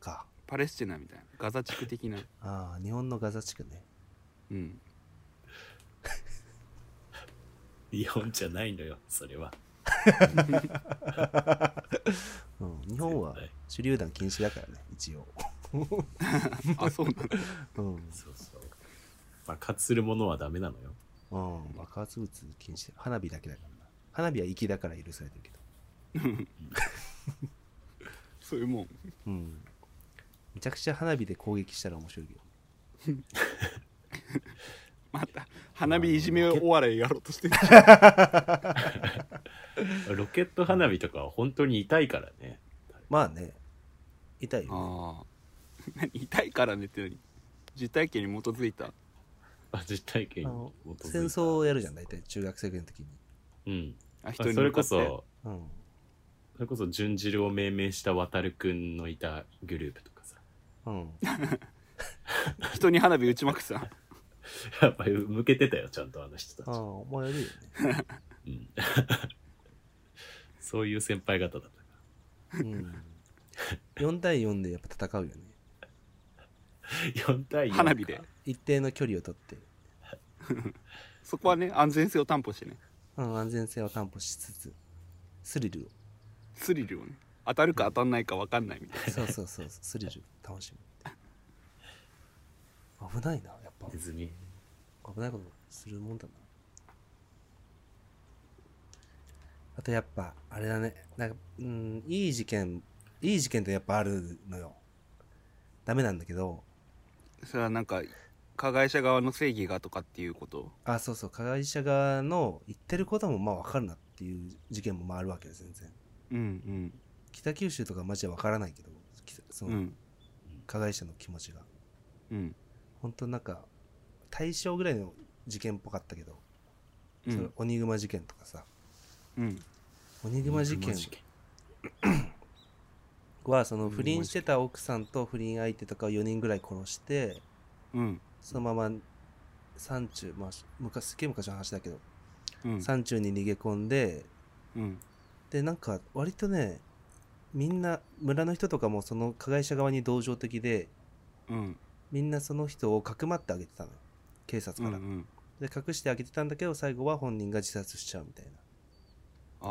[SPEAKER 3] か
[SPEAKER 4] パレスチナみたいなガザ地区的な
[SPEAKER 3] ああ日本のガザ地区ね
[SPEAKER 4] うん
[SPEAKER 1] 日本じゃないのよそれは
[SPEAKER 3] うん日本は手
[SPEAKER 1] 絶
[SPEAKER 3] 榴弾禁止だからね一応
[SPEAKER 4] あそうなんだ
[SPEAKER 3] うん
[SPEAKER 1] 対そうそう爆発するものはダメなのよ
[SPEAKER 3] うん、爆発物禁止花火だけだからな花火は粋だから許されてるけど
[SPEAKER 4] そういうもん
[SPEAKER 3] うんめちゃくちゃ花火で攻撃したら面白いけど
[SPEAKER 4] また花火いじめお笑いやろうとしてる
[SPEAKER 1] ロケット花火とかは本当に痛いからね
[SPEAKER 3] まあね痛いよ、ね、
[SPEAKER 4] ああ 何痛いからねって何実体験に基づいた
[SPEAKER 1] あ実体験
[SPEAKER 3] あ
[SPEAKER 1] に
[SPEAKER 3] の
[SPEAKER 1] 基づい
[SPEAKER 3] 戦争をやるじゃん大体中学生ぐらいの時に、
[SPEAKER 1] うん
[SPEAKER 4] あ
[SPEAKER 1] あそれこそ
[SPEAKER 3] うん、
[SPEAKER 1] それこそ純次郎を命名した渡るくんのいたグループとかさ
[SPEAKER 3] うん、
[SPEAKER 4] 人に花火打ちまくってた
[SPEAKER 1] やっぱり向けてたよちゃんとあの人たち
[SPEAKER 3] ああ、お前やるよね。
[SPEAKER 1] うんそういう先輩方だったか
[SPEAKER 3] うん。4対4でやっぱ戦うよね。
[SPEAKER 1] ら4対4か
[SPEAKER 4] 花火で
[SPEAKER 3] 一定の距離をとって、
[SPEAKER 4] そこはね安全性を担保してね
[SPEAKER 3] うん、安全性を担保しつつ、スリルを。
[SPEAKER 4] スリルをね当たるか当たんないか分かんないみたい
[SPEAKER 3] そうそうそう、スリルを楽しむ。危ないな、やっぱ。
[SPEAKER 1] ネズミ
[SPEAKER 3] 危ないことするもんだな。あとやっぱ、あれだね。なんか、うん、いい事件、いい事件ってやっぱあるのよ。ダメなんだけど、
[SPEAKER 4] なそれはなんか加害者側の正義がとかっていうこと
[SPEAKER 3] あ、そうそう、加害者側の言ってることもまあ分かるなっていう事件もまああるわけよ、全然。
[SPEAKER 4] うん
[SPEAKER 3] 北九州とかマジで分からないけど、きそうの
[SPEAKER 4] ん
[SPEAKER 3] 加害者の気持ちが。
[SPEAKER 4] うん
[SPEAKER 3] 本当なんか、大正ぐらいの事件っぽかったけど、
[SPEAKER 4] う
[SPEAKER 3] その
[SPEAKER 4] ん
[SPEAKER 3] 鬼熊事件とかさ、
[SPEAKER 4] うん
[SPEAKER 3] 鬼熊事件は、その不倫してた奥さんと不倫相手とかを4人ぐらい殺して、
[SPEAKER 4] うん
[SPEAKER 3] そのまま山中、まあ、昔、すっげえ昔の話だけど、
[SPEAKER 4] うん
[SPEAKER 3] 山中に逃げ込んで、
[SPEAKER 4] うん
[SPEAKER 3] でなんか割とねみんな村の人とかもその加害者側に同情的で
[SPEAKER 4] うん
[SPEAKER 3] みんなその人をかくまってあげてたのよ警察
[SPEAKER 4] う
[SPEAKER 3] から、
[SPEAKER 4] ん
[SPEAKER 3] で隠してあげてたんだけど最後は本人が自殺しちゃうみたいな
[SPEAKER 4] ああ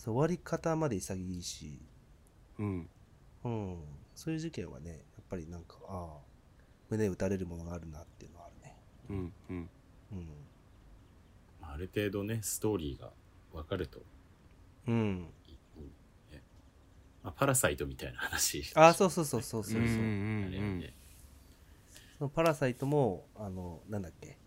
[SPEAKER 3] そう終わり方まで潔いし、
[SPEAKER 4] うん
[SPEAKER 3] うん、そういう事件はねやっぱりなんかああ胸打たれるものがあるなっていうのはあるね
[SPEAKER 4] うんうん
[SPEAKER 1] まあある程度ねストーリーが分かると
[SPEAKER 3] うん、うん、
[SPEAKER 1] いい、ねまあ、パラサイトみたいな話
[SPEAKER 3] ああそうそうそうそうそうそう、
[SPEAKER 4] うん
[SPEAKER 1] あれよね
[SPEAKER 3] そのパラサイトも、あの、なんだっけ。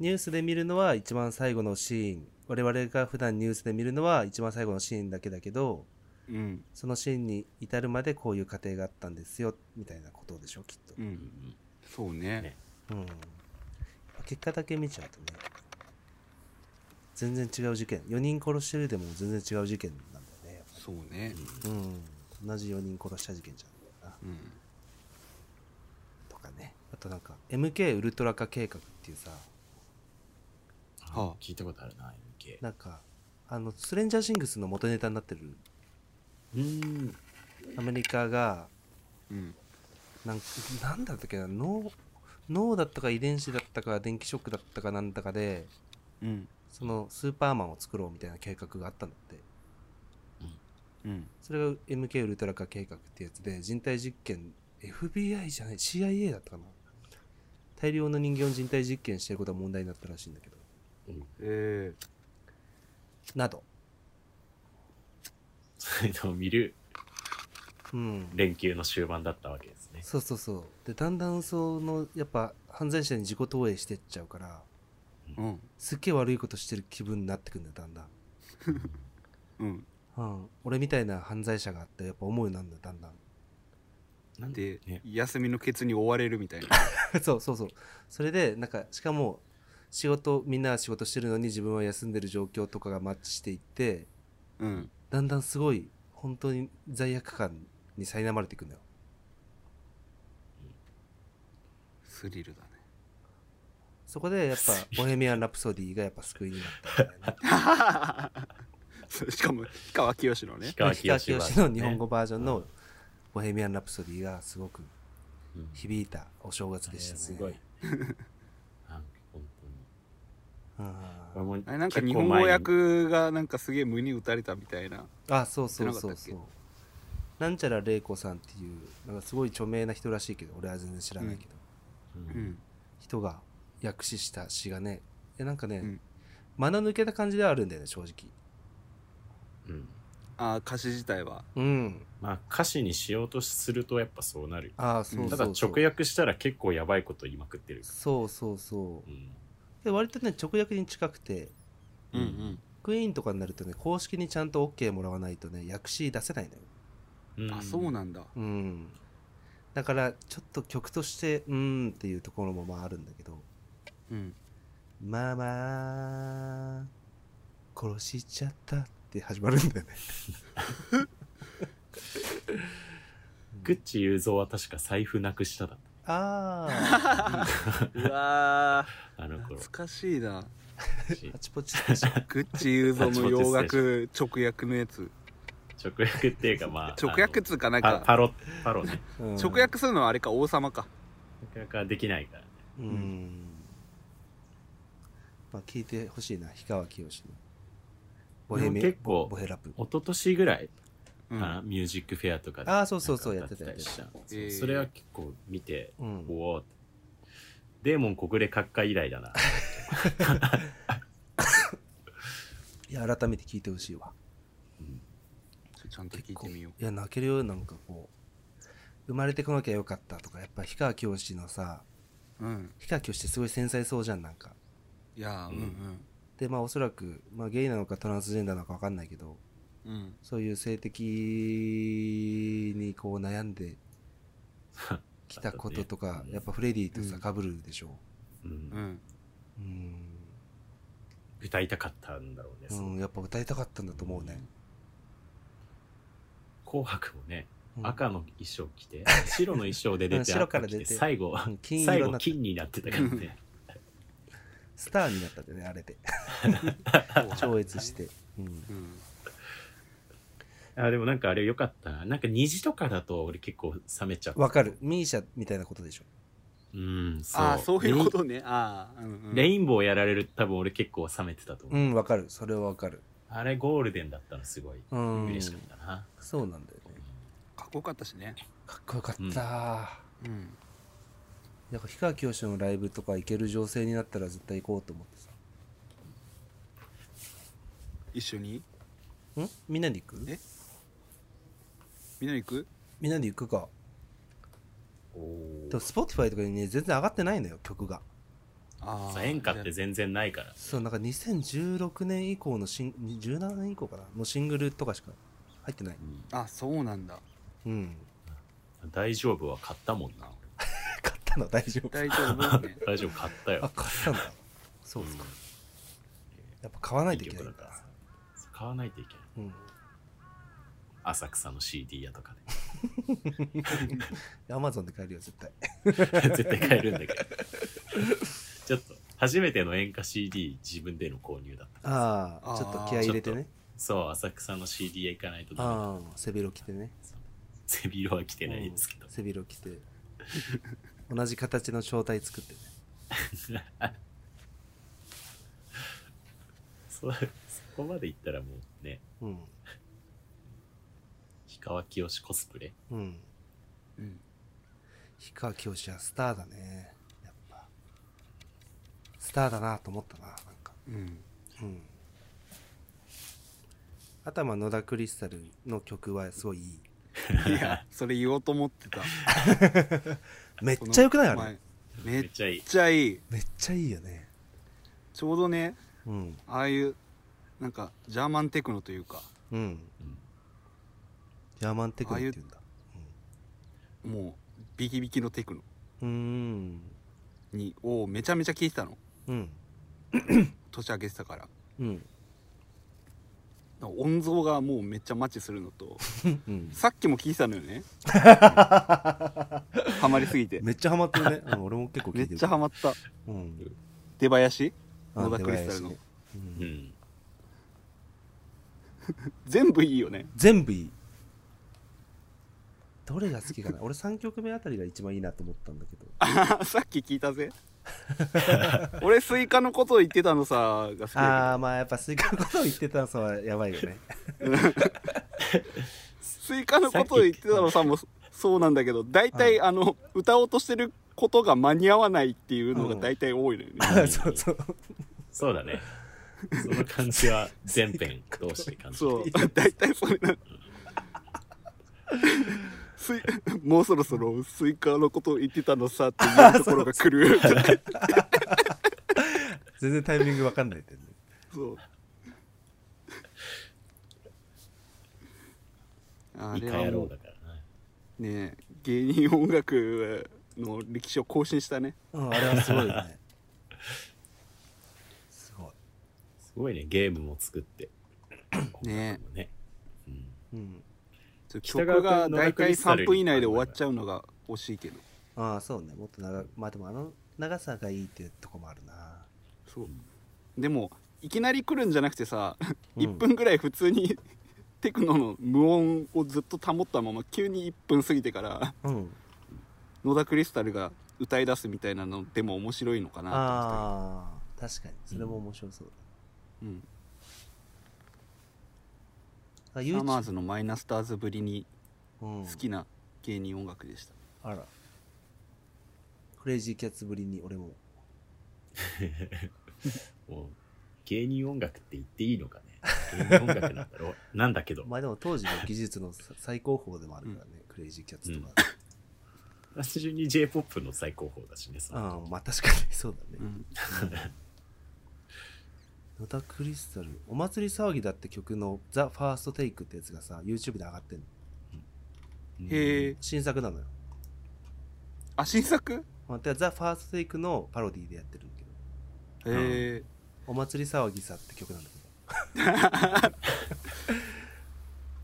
[SPEAKER 3] ニュースで見るのは一番最後のシーン。我々が普段ニュースで見るのは一番最後のシーンだけだけど、
[SPEAKER 4] うん
[SPEAKER 3] そのシーンに至るまでこういう過程があったんですよ、みたいなことでしょ、きっと
[SPEAKER 4] う。
[SPEAKER 1] うんん
[SPEAKER 4] そうね
[SPEAKER 3] うん。結果だけ見ちゃうとね、全然違う事件。4人殺してるでも全然違う事件なんだよね。
[SPEAKER 4] そうね
[SPEAKER 3] うん。同じ4人殺した事件じゃんな。
[SPEAKER 4] うん
[SPEAKER 3] とかね。あとなんか、MK ウルトラ化計画っていうさ、
[SPEAKER 1] うん
[SPEAKER 4] はあ
[SPEAKER 1] 聞いたことあるな MK
[SPEAKER 3] なんか、あの、ストレンジャーシングスの元ネタになってる、
[SPEAKER 1] うん
[SPEAKER 3] アメリカが、
[SPEAKER 4] うん
[SPEAKER 3] なんなんだったっけな、脳、脳だったか遺伝子だったか、電気ショックだったかなんだかで、
[SPEAKER 4] うん
[SPEAKER 3] そのスーパーマンを作ろうみたいな計画があったんだって。
[SPEAKER 4] うん
[SPEAKER 3] それが MK ウルトラ化計画ってやつで、人体実験、FBI じゃない、CIA だったかな。大量の人間を人体実験してることは問題になったらしいんだけど。
[SPEAKER 4] え
[SPEAKER 3] など。
[SPEAKER 1] そういうのを見る
[SPEAKER 3] うん。
[SPEAKER 1] 連休の終盤だったわけですね
[SPEAKER 3] そうそうそう。で、だんだんその、やっぱ犯罪者に自己投影してっちゃうから、
[SPEAKER 4] えうん
[SPEAKER 3] すっげえ悪いことしてる気分になってくんだよだんだん、
[SPEAKER 4] うん
[SPEAKER 3] うん、俺みたいな犯罪者があってやっぱ思うようになるんだよだんだん
[SPEAKER 1] なんで
[SPEAKER 4] で、
[SPEAKER 1] ね
[SPEAKER 4] 休みのケツに追われるみたい な
[SPEAKER 3] そうそうそうそれでなんかしかも仕事みんな仕事してるのに自分は休んでる状況とかがマッチしていって
[SPEAKER 4] うん
[SPEAKER 3] だんだんすごい本当に罪悪感に苛まれていくんだよ
[SPEAKER 4] スリルだね
[SPEAKER 3] そこでやっぱ「ボヘミアン・ラプソディ」がやっぱ救いにな ったんだよね
[SPEAKER 4] そう しかも氷川きよしのね
[SPEAKER 1] 氷川きよし
[SPEAKER 3] 氷
[SPEAKER 1] は
[SPEAKER 3] 川の
[SPEAKER 1] ね
[SPEAKER 3] 日本語バージョンの「ボヘミアン・ラプソディ」がすごく
[SPEAKER 1] うん
[SPEAKER 3] 響いたお正月でしたね、
[SPEAKER 1] すごいなんか本当
[SPEAKER 3] う
[SPEAKER 1] に
[SPEAKER 3] ん
[SPEAKER 1] 俺も
[SPEAKER 4] あれなんか
[SPEAKER 1] 結
[SPEAKER 4] 日
[SPEAKER 1] 構
[SPEAKER 4] 本
[SPEAKER 1] 前
[SPEAKER 4] 語
[SPEAKER 1] に
[SPEAKER 4] 訳がなんかすげえ胸打たれたみたいな
[SPEAKER 3] あそうそうそ
[SPEAKER 4] や
[SPEAKER 3] う
[SPEAKER 4] って
[SPEAKER 3] そ
[SPEAKER 4] な
[SPEAKER 3] う
[SPEAKER 4] か
[SPEAKER 3] なんちゃら玲子さんっていうなんかすごい著名な人らしいけど俺は全然知らないけど、
[SPEAKER 1] うん
[SPEAKER 4] うん
[SPEAKER 3] 人が訳詞した詩がねやなんかね、
[SPEAKER 4] うん
[SPEAKER 3] 間の抜けた感じではあるんだよね正直
[SPEAKER 1] うん、
[SPEAKER 4] あー歌詞自体は
[SPEAKER 3] うん
[SPEAKER 1] まあ歌詞にしようとするとやっぱそうなるよ
[SPEAKER 3] ああそうそう
[SPEAKER 1] た
[SPEAKER 3] そう
[SPEAKER 1] だ直訳したら結構やばいこと言いまくってるか
[SPEAKER 3] そうそうそ
[SPEAKER 1] ら、うん、
[SPEAKER 3] うで割とね直訳に近くて
[SPEAKER 1] うんうん
[SPEAKER 3] クイーンとかになるとね公式にちゃんと OK もらわないとね訳詞出せないのよ
[SPEAKER 1] うん
[SPEAKER 4] あそうなんだ
[SPEAKER 3] うんだからちょっと曲としてうーんっていうところもまああるんだけど
[SPEAKER 4] うん
[SPEAKER 3] 「ママ殺しちゃった」って始まるんだよね
[SPEAKER 1] グッチ雄三は確か財布なくしただ
[SPEAKER 3] あ
[SPEAKER 4] うわ
[SPEAKER 1] あの
[SPEAKER 4] ー
[SPEAKER 1] 頃
[SPEAKER 4] 懐かしいな
[SPEAKER 3] ああちぽち でしょ
[SPEAKER 4] グッチ雄三の洋楽直訳のやつ
[SPEAKER 1] 直訳っていうかま あ
[SPEAKER 4] 直訳っつうかな
[SPEAKER 1] あ
[SPEAKER 4] ん
[SPEAKER 1] のパ
[SPEAKER 4] か
[SPEAKER 1] パロパロね
[SPEAKER 3] うん
[SPEAKER 4] 直訳するのはあれか王様か
[SPEAKER 1] 直訳はできないからね
[SPEAKER 3] うん、まあ聞いてほしいな氷川きよしのボヘミ
[SPEAKER 1] でも結構
[SPEAKER 3] ボヘラップ
[SPEAKER 1] 一昨年ぐらい
[SPEAKER 4] うん
[SPEAKER 1] かな、ミュージックフェアとかで
[SPEAKER 3] ああそうそうそうや
[SPEAKER 1] なん
[SPEAKER 3] っ
[SPEAKER 1] か
[SPEAKER 3] てた
[SPEAKER 1] 歌
[SPEAKER 3] や
[SPEAKER 1] っ
[SPEAKER 3] つ
[SPEAKER 1] たりした
[SPEAKER 4] えー
[SPEAKER 1] そうそれは結構見て
[SPEAKER 3] うん
[SPEAKER 1] おおデーモン国連閣下以来だな
[SPEAKER 3] いや改めて聞いてほしいわ
[SPEAKER 4] ちゃんと聞いてみよう
[SPEAKER 3] いや泣けるよなんかこう生まれてこなきゃよかったとかやっぱ氷川きよしのさ
[SPEAKER 4] うん
[SPEAKER 3] 氷川きよしってすごい繊細そうじゃんなんか
[SPEAKER 4] いやーうん
[SPEAKER 3] でまあおそらく、まあ、ゲイなのかトランスジェンダーなのか分かんないけど
[SPEAKER 4] うんうん
[SPEAKER 3] そういう性的にこう悩んできたこととか、やっぱフレディとさ
[SPEAKER 4] うん
[SPEAKER 3] かぶるでしょ
[SPEAKER 1] う
[SPEAKER 4] うんん
[SPEAKER 3] ううん、
[SPEAKER 1] 歌いたかったんだろうね、
[SPEAKER 3] うん、やっぱ歌いたかったんだと思うね、
[SPEAKER 1] 紅白もね、
[SPEAKER 3] うん
[SPEAKER 1] 赤の衣装着 て白の衣装で出
[SPEAKER 3] うん
[SPEAKER 1] て
[SPEAKER 3] 白から
[SPEAKER 1] 赤着
[SPEAKER 3] 出て
[SPEAKER 1] 最後
[SPEAKER 3] うん金色
[SPEAKER 1] 最
[SPEAKER 3] になっ
[SPEAKER 1] 後
[SPEAKER 3] た
[SPEAKER 1] 金になってたからね
[SPEAKER 3] スターになったんだよねあれで 超越して、うん、
[SPEAKER 4] うん
[SPEAKER 1] あでもなんかあれ良かったななんか虹とかだと俺結構冷めちゃう
[SPEAKER 3] わかるミーシャみたいなことでしょ
[SPEAKER 1] うんそう
[SPEAKER 4] ああそういうことねああうんうん
[SPEAKER 1] レインレインボーやられると多分俺結構冷めてたと思
[SPEAKER 3] う
[SPEAKER 1] う、
[SPEAKER 3] んわかるそれはわかる
[SPEAKER 1] あれゴールデンだったのすごい
[SPEAKER 3] うん
[SPEAKER 1] 嬉しかったな、
[SPEAKER 3] そうなんだよね
[SPEAKER 4] かっこよかったしね
[SPEAKER 3] かっこよかった、
[SPEAKER 1] うん
[SPEAKER 4] うん
[SPEAKER 3] なんか氷川きよしのライブとか行ける情勢になったら絶対行こうと思ってさ
[SPEAKER 4] 一緒に
[SPEAKER 3] んみんなで行く
[SPEAKER 4] えみんな行く
[SPEAKER 3] みんなで行くか
[SPEAKER 1] お
[SPEAKER 3] でも Spotify とかにね全然上がってないのよ曲が
[SPEAKER 4] あ
[SPEAKER 1] さ
[SPEAKER 4] あ
[SPEAKER 1] 演歌って全然ないから
[SPEAKER 3] そうなんか2016年以降のシン17年以降かなのシングルとかしか入ってない
[SPEAKER 4] あそうなんだ
[SPEAKER 3] うん
[SPEAKER 1] 大丈夫は買ったもんな
[SPEAKER 3] 買ったの大丈夫
[SPEAKER 4] 大丈夫ね
[SPEAKER 1] 大丈夫買った
[SPEAKER 3] あ
[SPEAKER 1] よ
[SPEAKER 3] 買ったんだそうですか、
[SPEAKER 1] うん
[SPEAKER 3] やっぱ買わないとい
[SPEAKER 1] い
[SPEAKER 3] けない
[SPEAKER 1] 曲だ
[SPEAKER 3] んだ
[SPEAKER 1] からさ買わないといけない
[SPEAKER 3] うん
[SPEAKER 1] 浅草の CD 屋とか
[SPEAKER 3] アマゾンで買えるよ絶対
[SPEAKER 1] で 絶対買えるんだけどちょっと初めての演歌 CD 自分での購入だった
[SPEAKER 3] ああ
[SPEAKER 4] あー
[SPEAKER 3] ちょっと気合い入れてね
[SPEAKER 1] そう浅草の CD 屋行かないとダメだ
[SPEAKER 3] ああ背広着てね
[SPEAKER 1] 背広は着てないですけど
[SPEAKER 3] うん、背広着て同じ形の正体作ってね
[SPEAKER 1] そうそこまで行ったらもうね
[SPEAKER 3] うん
[SPEAKER 1] 氷川きよしコスプレ
[SPEAKER 3] うん
[SPEAKER 4] うん
[SPEAKER 3] 氷川きよしはスターだねやっぱスターだなと思ったななんか
[SPEAKER 4] うん
[SPEAKER 3] うんあとはまあ野田クリスタルの曲はすごいいい
[SPEAKER 4] いやそれ言おうと思ってた
[SPEAKER 3] めっちゃ良くないあ
[SPEAKER 4] そ
[SPEAKER 3] れ
[SPEAKER 4] の前
[SPEAKER 1] め
[SPEAKER 4] め
[SPEAKER 1] っ
[SPEAKER 4] っ
[SPEAKER 1] ちゃいい
[SPEAKER 4] ちゃいい
[SPEAKER 3] めっちゃいいよね
[SPEAKER 4] ちょうどね
[SPEAKER 3] うん
[SPEAKER 4] ああいうなんかジャーマンテクノというか
[SPEAKER 3] うん
[SPEAKER 1] うん
[SPEAKER 3] ジャーマンテクノって言うんだ
[SPEAKER 4] もうビキビキのテクノ
[SPEAKER 3] うーん
[SPEAKER 4] にをめちゃめちゃ聞いてたの
[SPEAKER 3] うん
[SPEAKER 4] 年明けてたから
[SPEAKER 3] うん
[SPEAKER 4] だから音像がもうめっちゃマッチするのと
[SPEAKER 3] うん
[SPEAKER 4] さっきも聞いてたの よねハマりすぎて
[SPEAKER 3] めっちゃハマってるねうん俺も結構聞
[SPEAKER 4] め
[SPEAKER 3] い
[SPEAKER 4] って
[SPEAKER 3] る
[SPEAKER 4] ちゃハマった
[SPEAKER 3] うん
[SPEAKER 4] 出囃子
[SPEAKER 3] あ
[SPEAKER 4] 野田クリスタルの
[SPEAKER 3] 出囃子ねう
[SPEAKER 1] うんん
[SPEAKER 4] 全部いいよね
[SPEAKER 3] 全部いいどれが好き かな俺3曲目あたりが一番いいなと思ったんだけど
[SPEAKER 4] あさっき聞い たぜ俺スイカのことを言ってたのさが好き
[SPEAKER 3] ああ
[SPEAKER 4] だ
[SPEAKER 3] まあやっぱスイカのことを言ってたのさはやばいよ ね
[SPEAKER 4] けどスイカのことを言ってたのさもそうなんだけど大体、あの 歌おうとしてることが間に合わないっていうのが大体多いのよね、
[SPEAKER 3] あそうそう
[SPEAKER 1] そうだね。その感じは全編通して感じる。
[SPEAKER 4] そう 大体それ なのスイもうそろそろスイカのことを言ってたのさっていうところが来る
[SPEAKER 3] 全然タイミングわかんないってね
[SPEAKER 4] そうあ
[SPEAKER 1] イ
[SPEAKER 4] れ
[SPEAKER 1] カ
[SPEAKER 4] は
[SPEAKER 1] 野
[SPEAKER 4] も
[SPEAKER 1] 郎
[SPEAKER 4] う
[SPEAKER 1] だからな。
[SPEAKER 4] ね芸人音楽の歴史を更新したね
[SPEAKER 3] うん、あれはすごいよね すごい、
[SPEAKER 1] すごいね、ゲームも作って。
[SPEAKER 4] ね
[SPEAKER 1] もね。うん
[SPEAKER 3] うん、
[SPEAKER 4] 曲が大体
[SPEAKER 1] 北川君の
[SPEAKER 4] 3分以内で終わっちゃうのが惜しいけど
[SPEAKER 3] ああそうねもっと長くまあでもあの長さがいいっていうとこもあるな
[SPEAKER 4] そうでもいきなり来るんじゃなくてさ、
[SPEAKER 3] うん
[SPEAKER 4] 1分ぐらい普通に テクノの無音をずっと保ったまま急に1分過ぎてから
[SPEAKER 3] うん
[SPEAKER 4] 野田クリスタルが歌い出すみたいなのでも面白いのかな
[SPEAKER 3] ああ確かにそれも面白そう
[SPEAKER 4] と思って
[SPEAKER 3] だ、あ
[SPEAKER 4] うん、サマー
[SPEAKER 3] YouTube
[SPEAKER 4] ズのマイナスターズぶりに
[SPEAKER 3] うん
[SPEAKER 4] 好きな芸人音楽でした、
[SPEAKER 3] あらクレイジーキャッツぶりに俺も
[SPEAKER 1] もう芸人音楽って言っていいのかね。芸人音楽なんだろう。 なんだけど。
[SPEAKER 3] まあでも当時の技術のさ最高峰でもあるからね、クレイジーキャッツとか、
[SPEAKER 1] 単純に J-POP の最高峰だしね。その
[SPEAKER 3] ああまあ確かにそうだ
[SPEAKER 4] う
[SPEAKER 3] ね
[SPEAKER 4] ん
[SPEAKER 3] 野田クリスタル「お祭り騒ぎだ」って曲の「ザ・ファーストテイクってやつがさ YouTube で上がってんの
[SPEAKER 1] うん
[SPEAKER 4] へえ
[SPEAKER 3] 新作なのよ
[SPEAKER 4] あ新作
[SPEAKER 3] まあ、てかザ・ファーストテイクのパロディでやってるんだけど
[SPEAKER 4] へえ
[SPEAKER 3] 「お祭り騒ぎさ」って曲なんだけど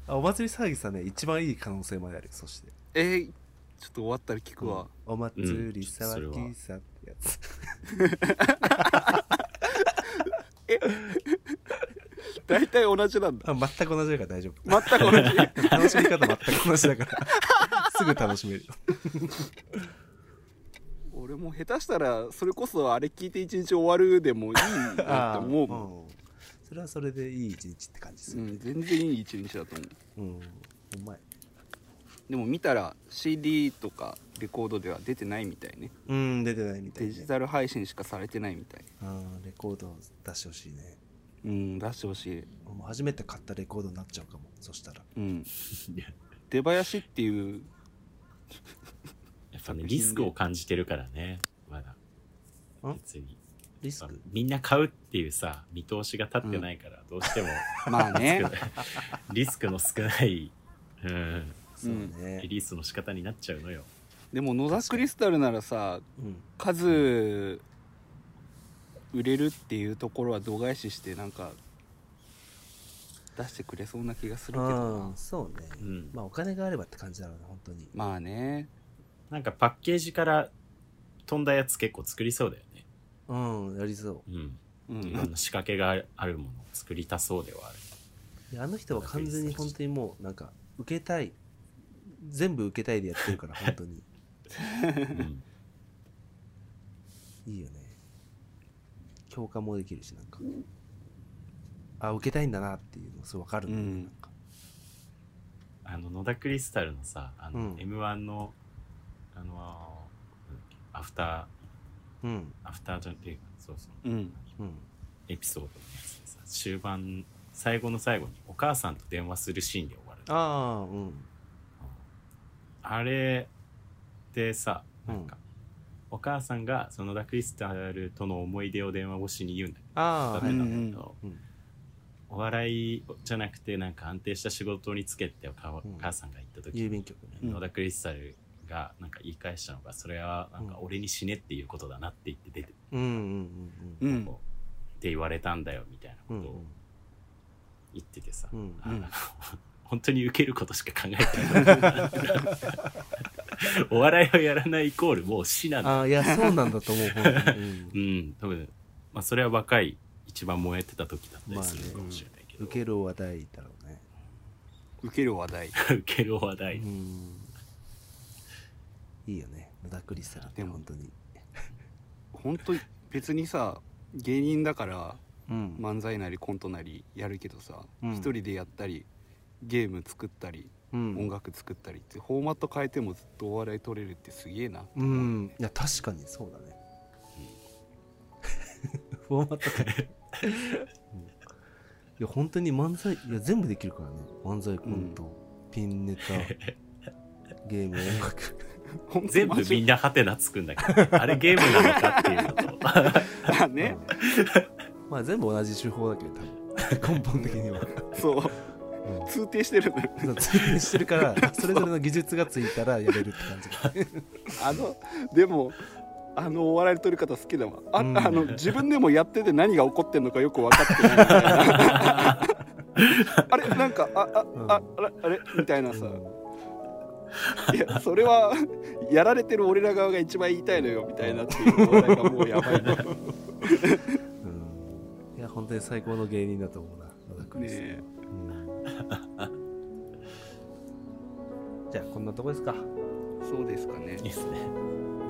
[SPEAKER 3] あお祭り騒ぎさね一番いい可能性まであるよそして
[SPEAKER 4] えーちょっと終わったら聞くわ、
[SPEAKER 3] お祭り騒ぎさってやつ、
[SPEAKER 4] 大体同じなんだ
[SPEAKER 3] あ全く同じだから大丈夫
[SPEAKER 4] 全く同じ
[SPEAKER 3] 楽しみ方全く同じだからすぐ楽しめるよ
[SPEAKER 4] 俺も下手したらそれこそあれ聞いて一日終わるでもいいなって思うも ん、
[SPEAKER 3] うんそれはそれでいい一日って感じす
[SPEAKER 4] う
[SPEAKER 3] る
[SPEAKER 4] ん、全然いい一日だと思う
[SPEAKER 3] うん、うまい
[SPEAKER 4] でも見たら CD とかレコードでは出てないみたいね
[SPEAKER 3] うん出てないみたいね
[SPEAKER 4] デジタル配信しかされてないみたい
[SPEAKER 3] うんレコード出してほしいね
[SPEAKER 4] うん出してほしい、
[SPEAKER 3] もう初めて買ったレコードになっちゃうかもそしたら
[SPEAKER 4] うん、
[SPEAKER 1] いや
[SPEAKER 4] 出囃子っていう
[SPEAKER 1] やっぱね、リスクを感じてるからね。まだ。
[SPEAKER 3] ん
[SPEAKER 1] 別に。
[SPEAKER 3] リスク
[SPEAKER 1] みんな買うっていうさ、見通しが立ってないから、どうしても
[SPEAKER 4] まあ ね
[SPEAKER 1] リスクの少ない、 うん、
[SPEAKER 3] そうね
[SPEAKER 1] リリースの仕方になっちゃうのよ。
[SPEAKER 4] でも野田クリスタルならさ
[SPEAKER 3] うん
[SPEAKER 4] 数売れるっていうところは度外視してなんか出してくれそうな気がするけど
[SPEAKER 3] う
[SPEAKER 4] なん
[SPEAKER 3] そうね、
[SPEAKER 1] うん
[SPEAKER 3] まあお金があればって感じだろうね本当に
[SPEAKER 4] まあね
[SPEAKER 1] なんかパッケージから飛んだやつ結構作りそうだよね。
[SPEAKER 3] うんやりそ
[SPEAKER 1] うん。
[SPEAKER 4] う
[SPEAKER 1] いろん
[SPEAKER 4] ん
[SPEAKER 1] な仕掛けがあるあるものを作りたそうではある。
[SPEAKER 3] ういやあの人は完全に本当にもうなんか受けたい全部受けたいでやってるから本当に
[SPEAKER 1] うん、
[SPEAKER 3] いいよね共感もできるしなんかあ受けたいんだなっていうのすごい分かる
[SPEAKER 4] う
[SPEAKER 3] ね、
[SPEAKER 4] ん
[SPEAKER 3] なんか
[SPEAKER 1] あの、野田クリスタルのさ、あの、
[SPEAKER 3] うん
[SPEAKER 1] M1 の、あのーなんだっけアフター、
[SPEAKER 3] うん
[SPEAKER 1] アフターじゃんっていうか、そうそう。
[SPEAKER 4] うん
[SPEAKER 3] うん
[SPEAKER 1] エピソードのやつでさ終盤最後の最後にお母さんと電話するシーンで終わる
[SPEAKER 3] ああうん
[SPEAKER 1] あれでさ
[SPEAKER 3] う
[SPEAKER 1] なんんか、お母さんがそのダクリスタルとの思い出を電話越しに言うんだ
[SPEAKER 3] ああ、
[SPEAKER 1] け
[SPEAKER 3] はい
[SPEAKER 1] ど、
[SPEAKER 4] うん
[SPEAKER 3] うん
[SPEAKER 1] お笑いじゃなくてなんか安定した仕事につけってお母,、
[SPEAKER 3] うん
[SPEAKER 1] さんが言った時
[SPEAKER 3] 郵
[SPEAKER 1] に
[SPEAKER 3] 便局ね
[SPEAKER 4] うん
[SPEAKER 1] 野田クリスタルがなんか言い返したのがそれはなんか
[SPEAKER 3] うん
[SPEAKER 1] 俺に死ねっていうことだなって言って出て、
[SPEAKER 3] うんうんうん
[SPEAKER 4] う
[SPEAKER 3] うん
[SPEAKER 4] ん
[SPEAKER 1] こうって言われたんだよみたいなこ
[SPEAKER 3] うん
[SPEAKER 1] とを言っててさ、
[SPEAKER 3] うん
[SPEAKER 1] あ
[SPEAKER 4] うん
[SPEAKER 1] の本当に受けることしか考えてない お笑いをやらないイコールもう死なんだ
[SPEAKER 3] ああいやそうなんだと思う本当に、うん
[SPEAKER 1] うん多分まあそれは若い一番燃えてた時だったりする
[SPEAKER 3] まあね
[SPEAKER 1] かもしれないけど、
[SPEAKER 3] 受ける話題だろうね
[SPEAKER 4] 受ける話題
[SPEAKER 1] 受ける話題、
[SPEAKER 3] うんいいよね無駄クリスタルって
[SPEAKER 4] でも
[SPEAKER 3] 本当に
[SPEAKER 4] 本当に別にさ芸人だから
[SPEAKER 3] うん
[SPEAKER 4] 漫才なりコントなりやるけどさ一、
[SPEAKER 3] うん
[SPEAKER 4] 人でやったりゲーム作ったり
[SPEAKER 3] うん
[SPEAKER 4] 音楽作ったりってフォーマット変えてもずっとお笑い取れるってすげえな
[SPEAKER 3] うんいや確かにそうだね、 フォーマット変えうんいや本当に漫才いや全部できるからね漫才コント、ピンネタゲーム音楽
[SPEAKER 4] ほんと
[SPEAKER 1] 全部みんなハテナつくんだけど、あれゲームなのかっていうのと。
[SPEAKER 4] まあね
[SPEAKER 3] まあ全部同じ手法だけど多分 根本的には、
[SPEAKER 4] そう
[SPEAKER 3] うん
[SPEAKER 4] 通底してるのよ
[SPEAKER 3] そう通勤してるからそれぞれの技術がついたらやれるって感じ
[SPEAKER 4] あのでもあのお笑いの取り方好きだわあ,、
[SPEAKER 3] うん
[SPEAKER 4] あの自分でもやってて何が起こってんのかよく分かってないみたい なあれなんかああ
[SPEAKER 3] うん
[SPEAKER 4] ああれあれみたいなさ
[SPEAKER 3] うん
[SPEAKER 4] いやそれはやられてる俺ら側が一番言いたいのよみたいなっていうお題がもうやばいなね
[SPEAKER 3] うんいや本当に最高の芸人だと思うな野田君
[SPEAKER 4] え
[SPEAKER 3] じゃあこんなとこですか
[SPEAKER 4] そうですかね
[SPEAKER 1] いいですね。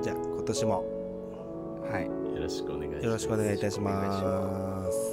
[SPEAKER 3] じゃあ今年も
[SPEAKER 4] はい
[SPEAKER 1] よろしくお願いします。
[SPEAKER 3] よろしくお願いいたし
[SPEAKER 4] よろしくお願いし
[SPEAKER 3] ます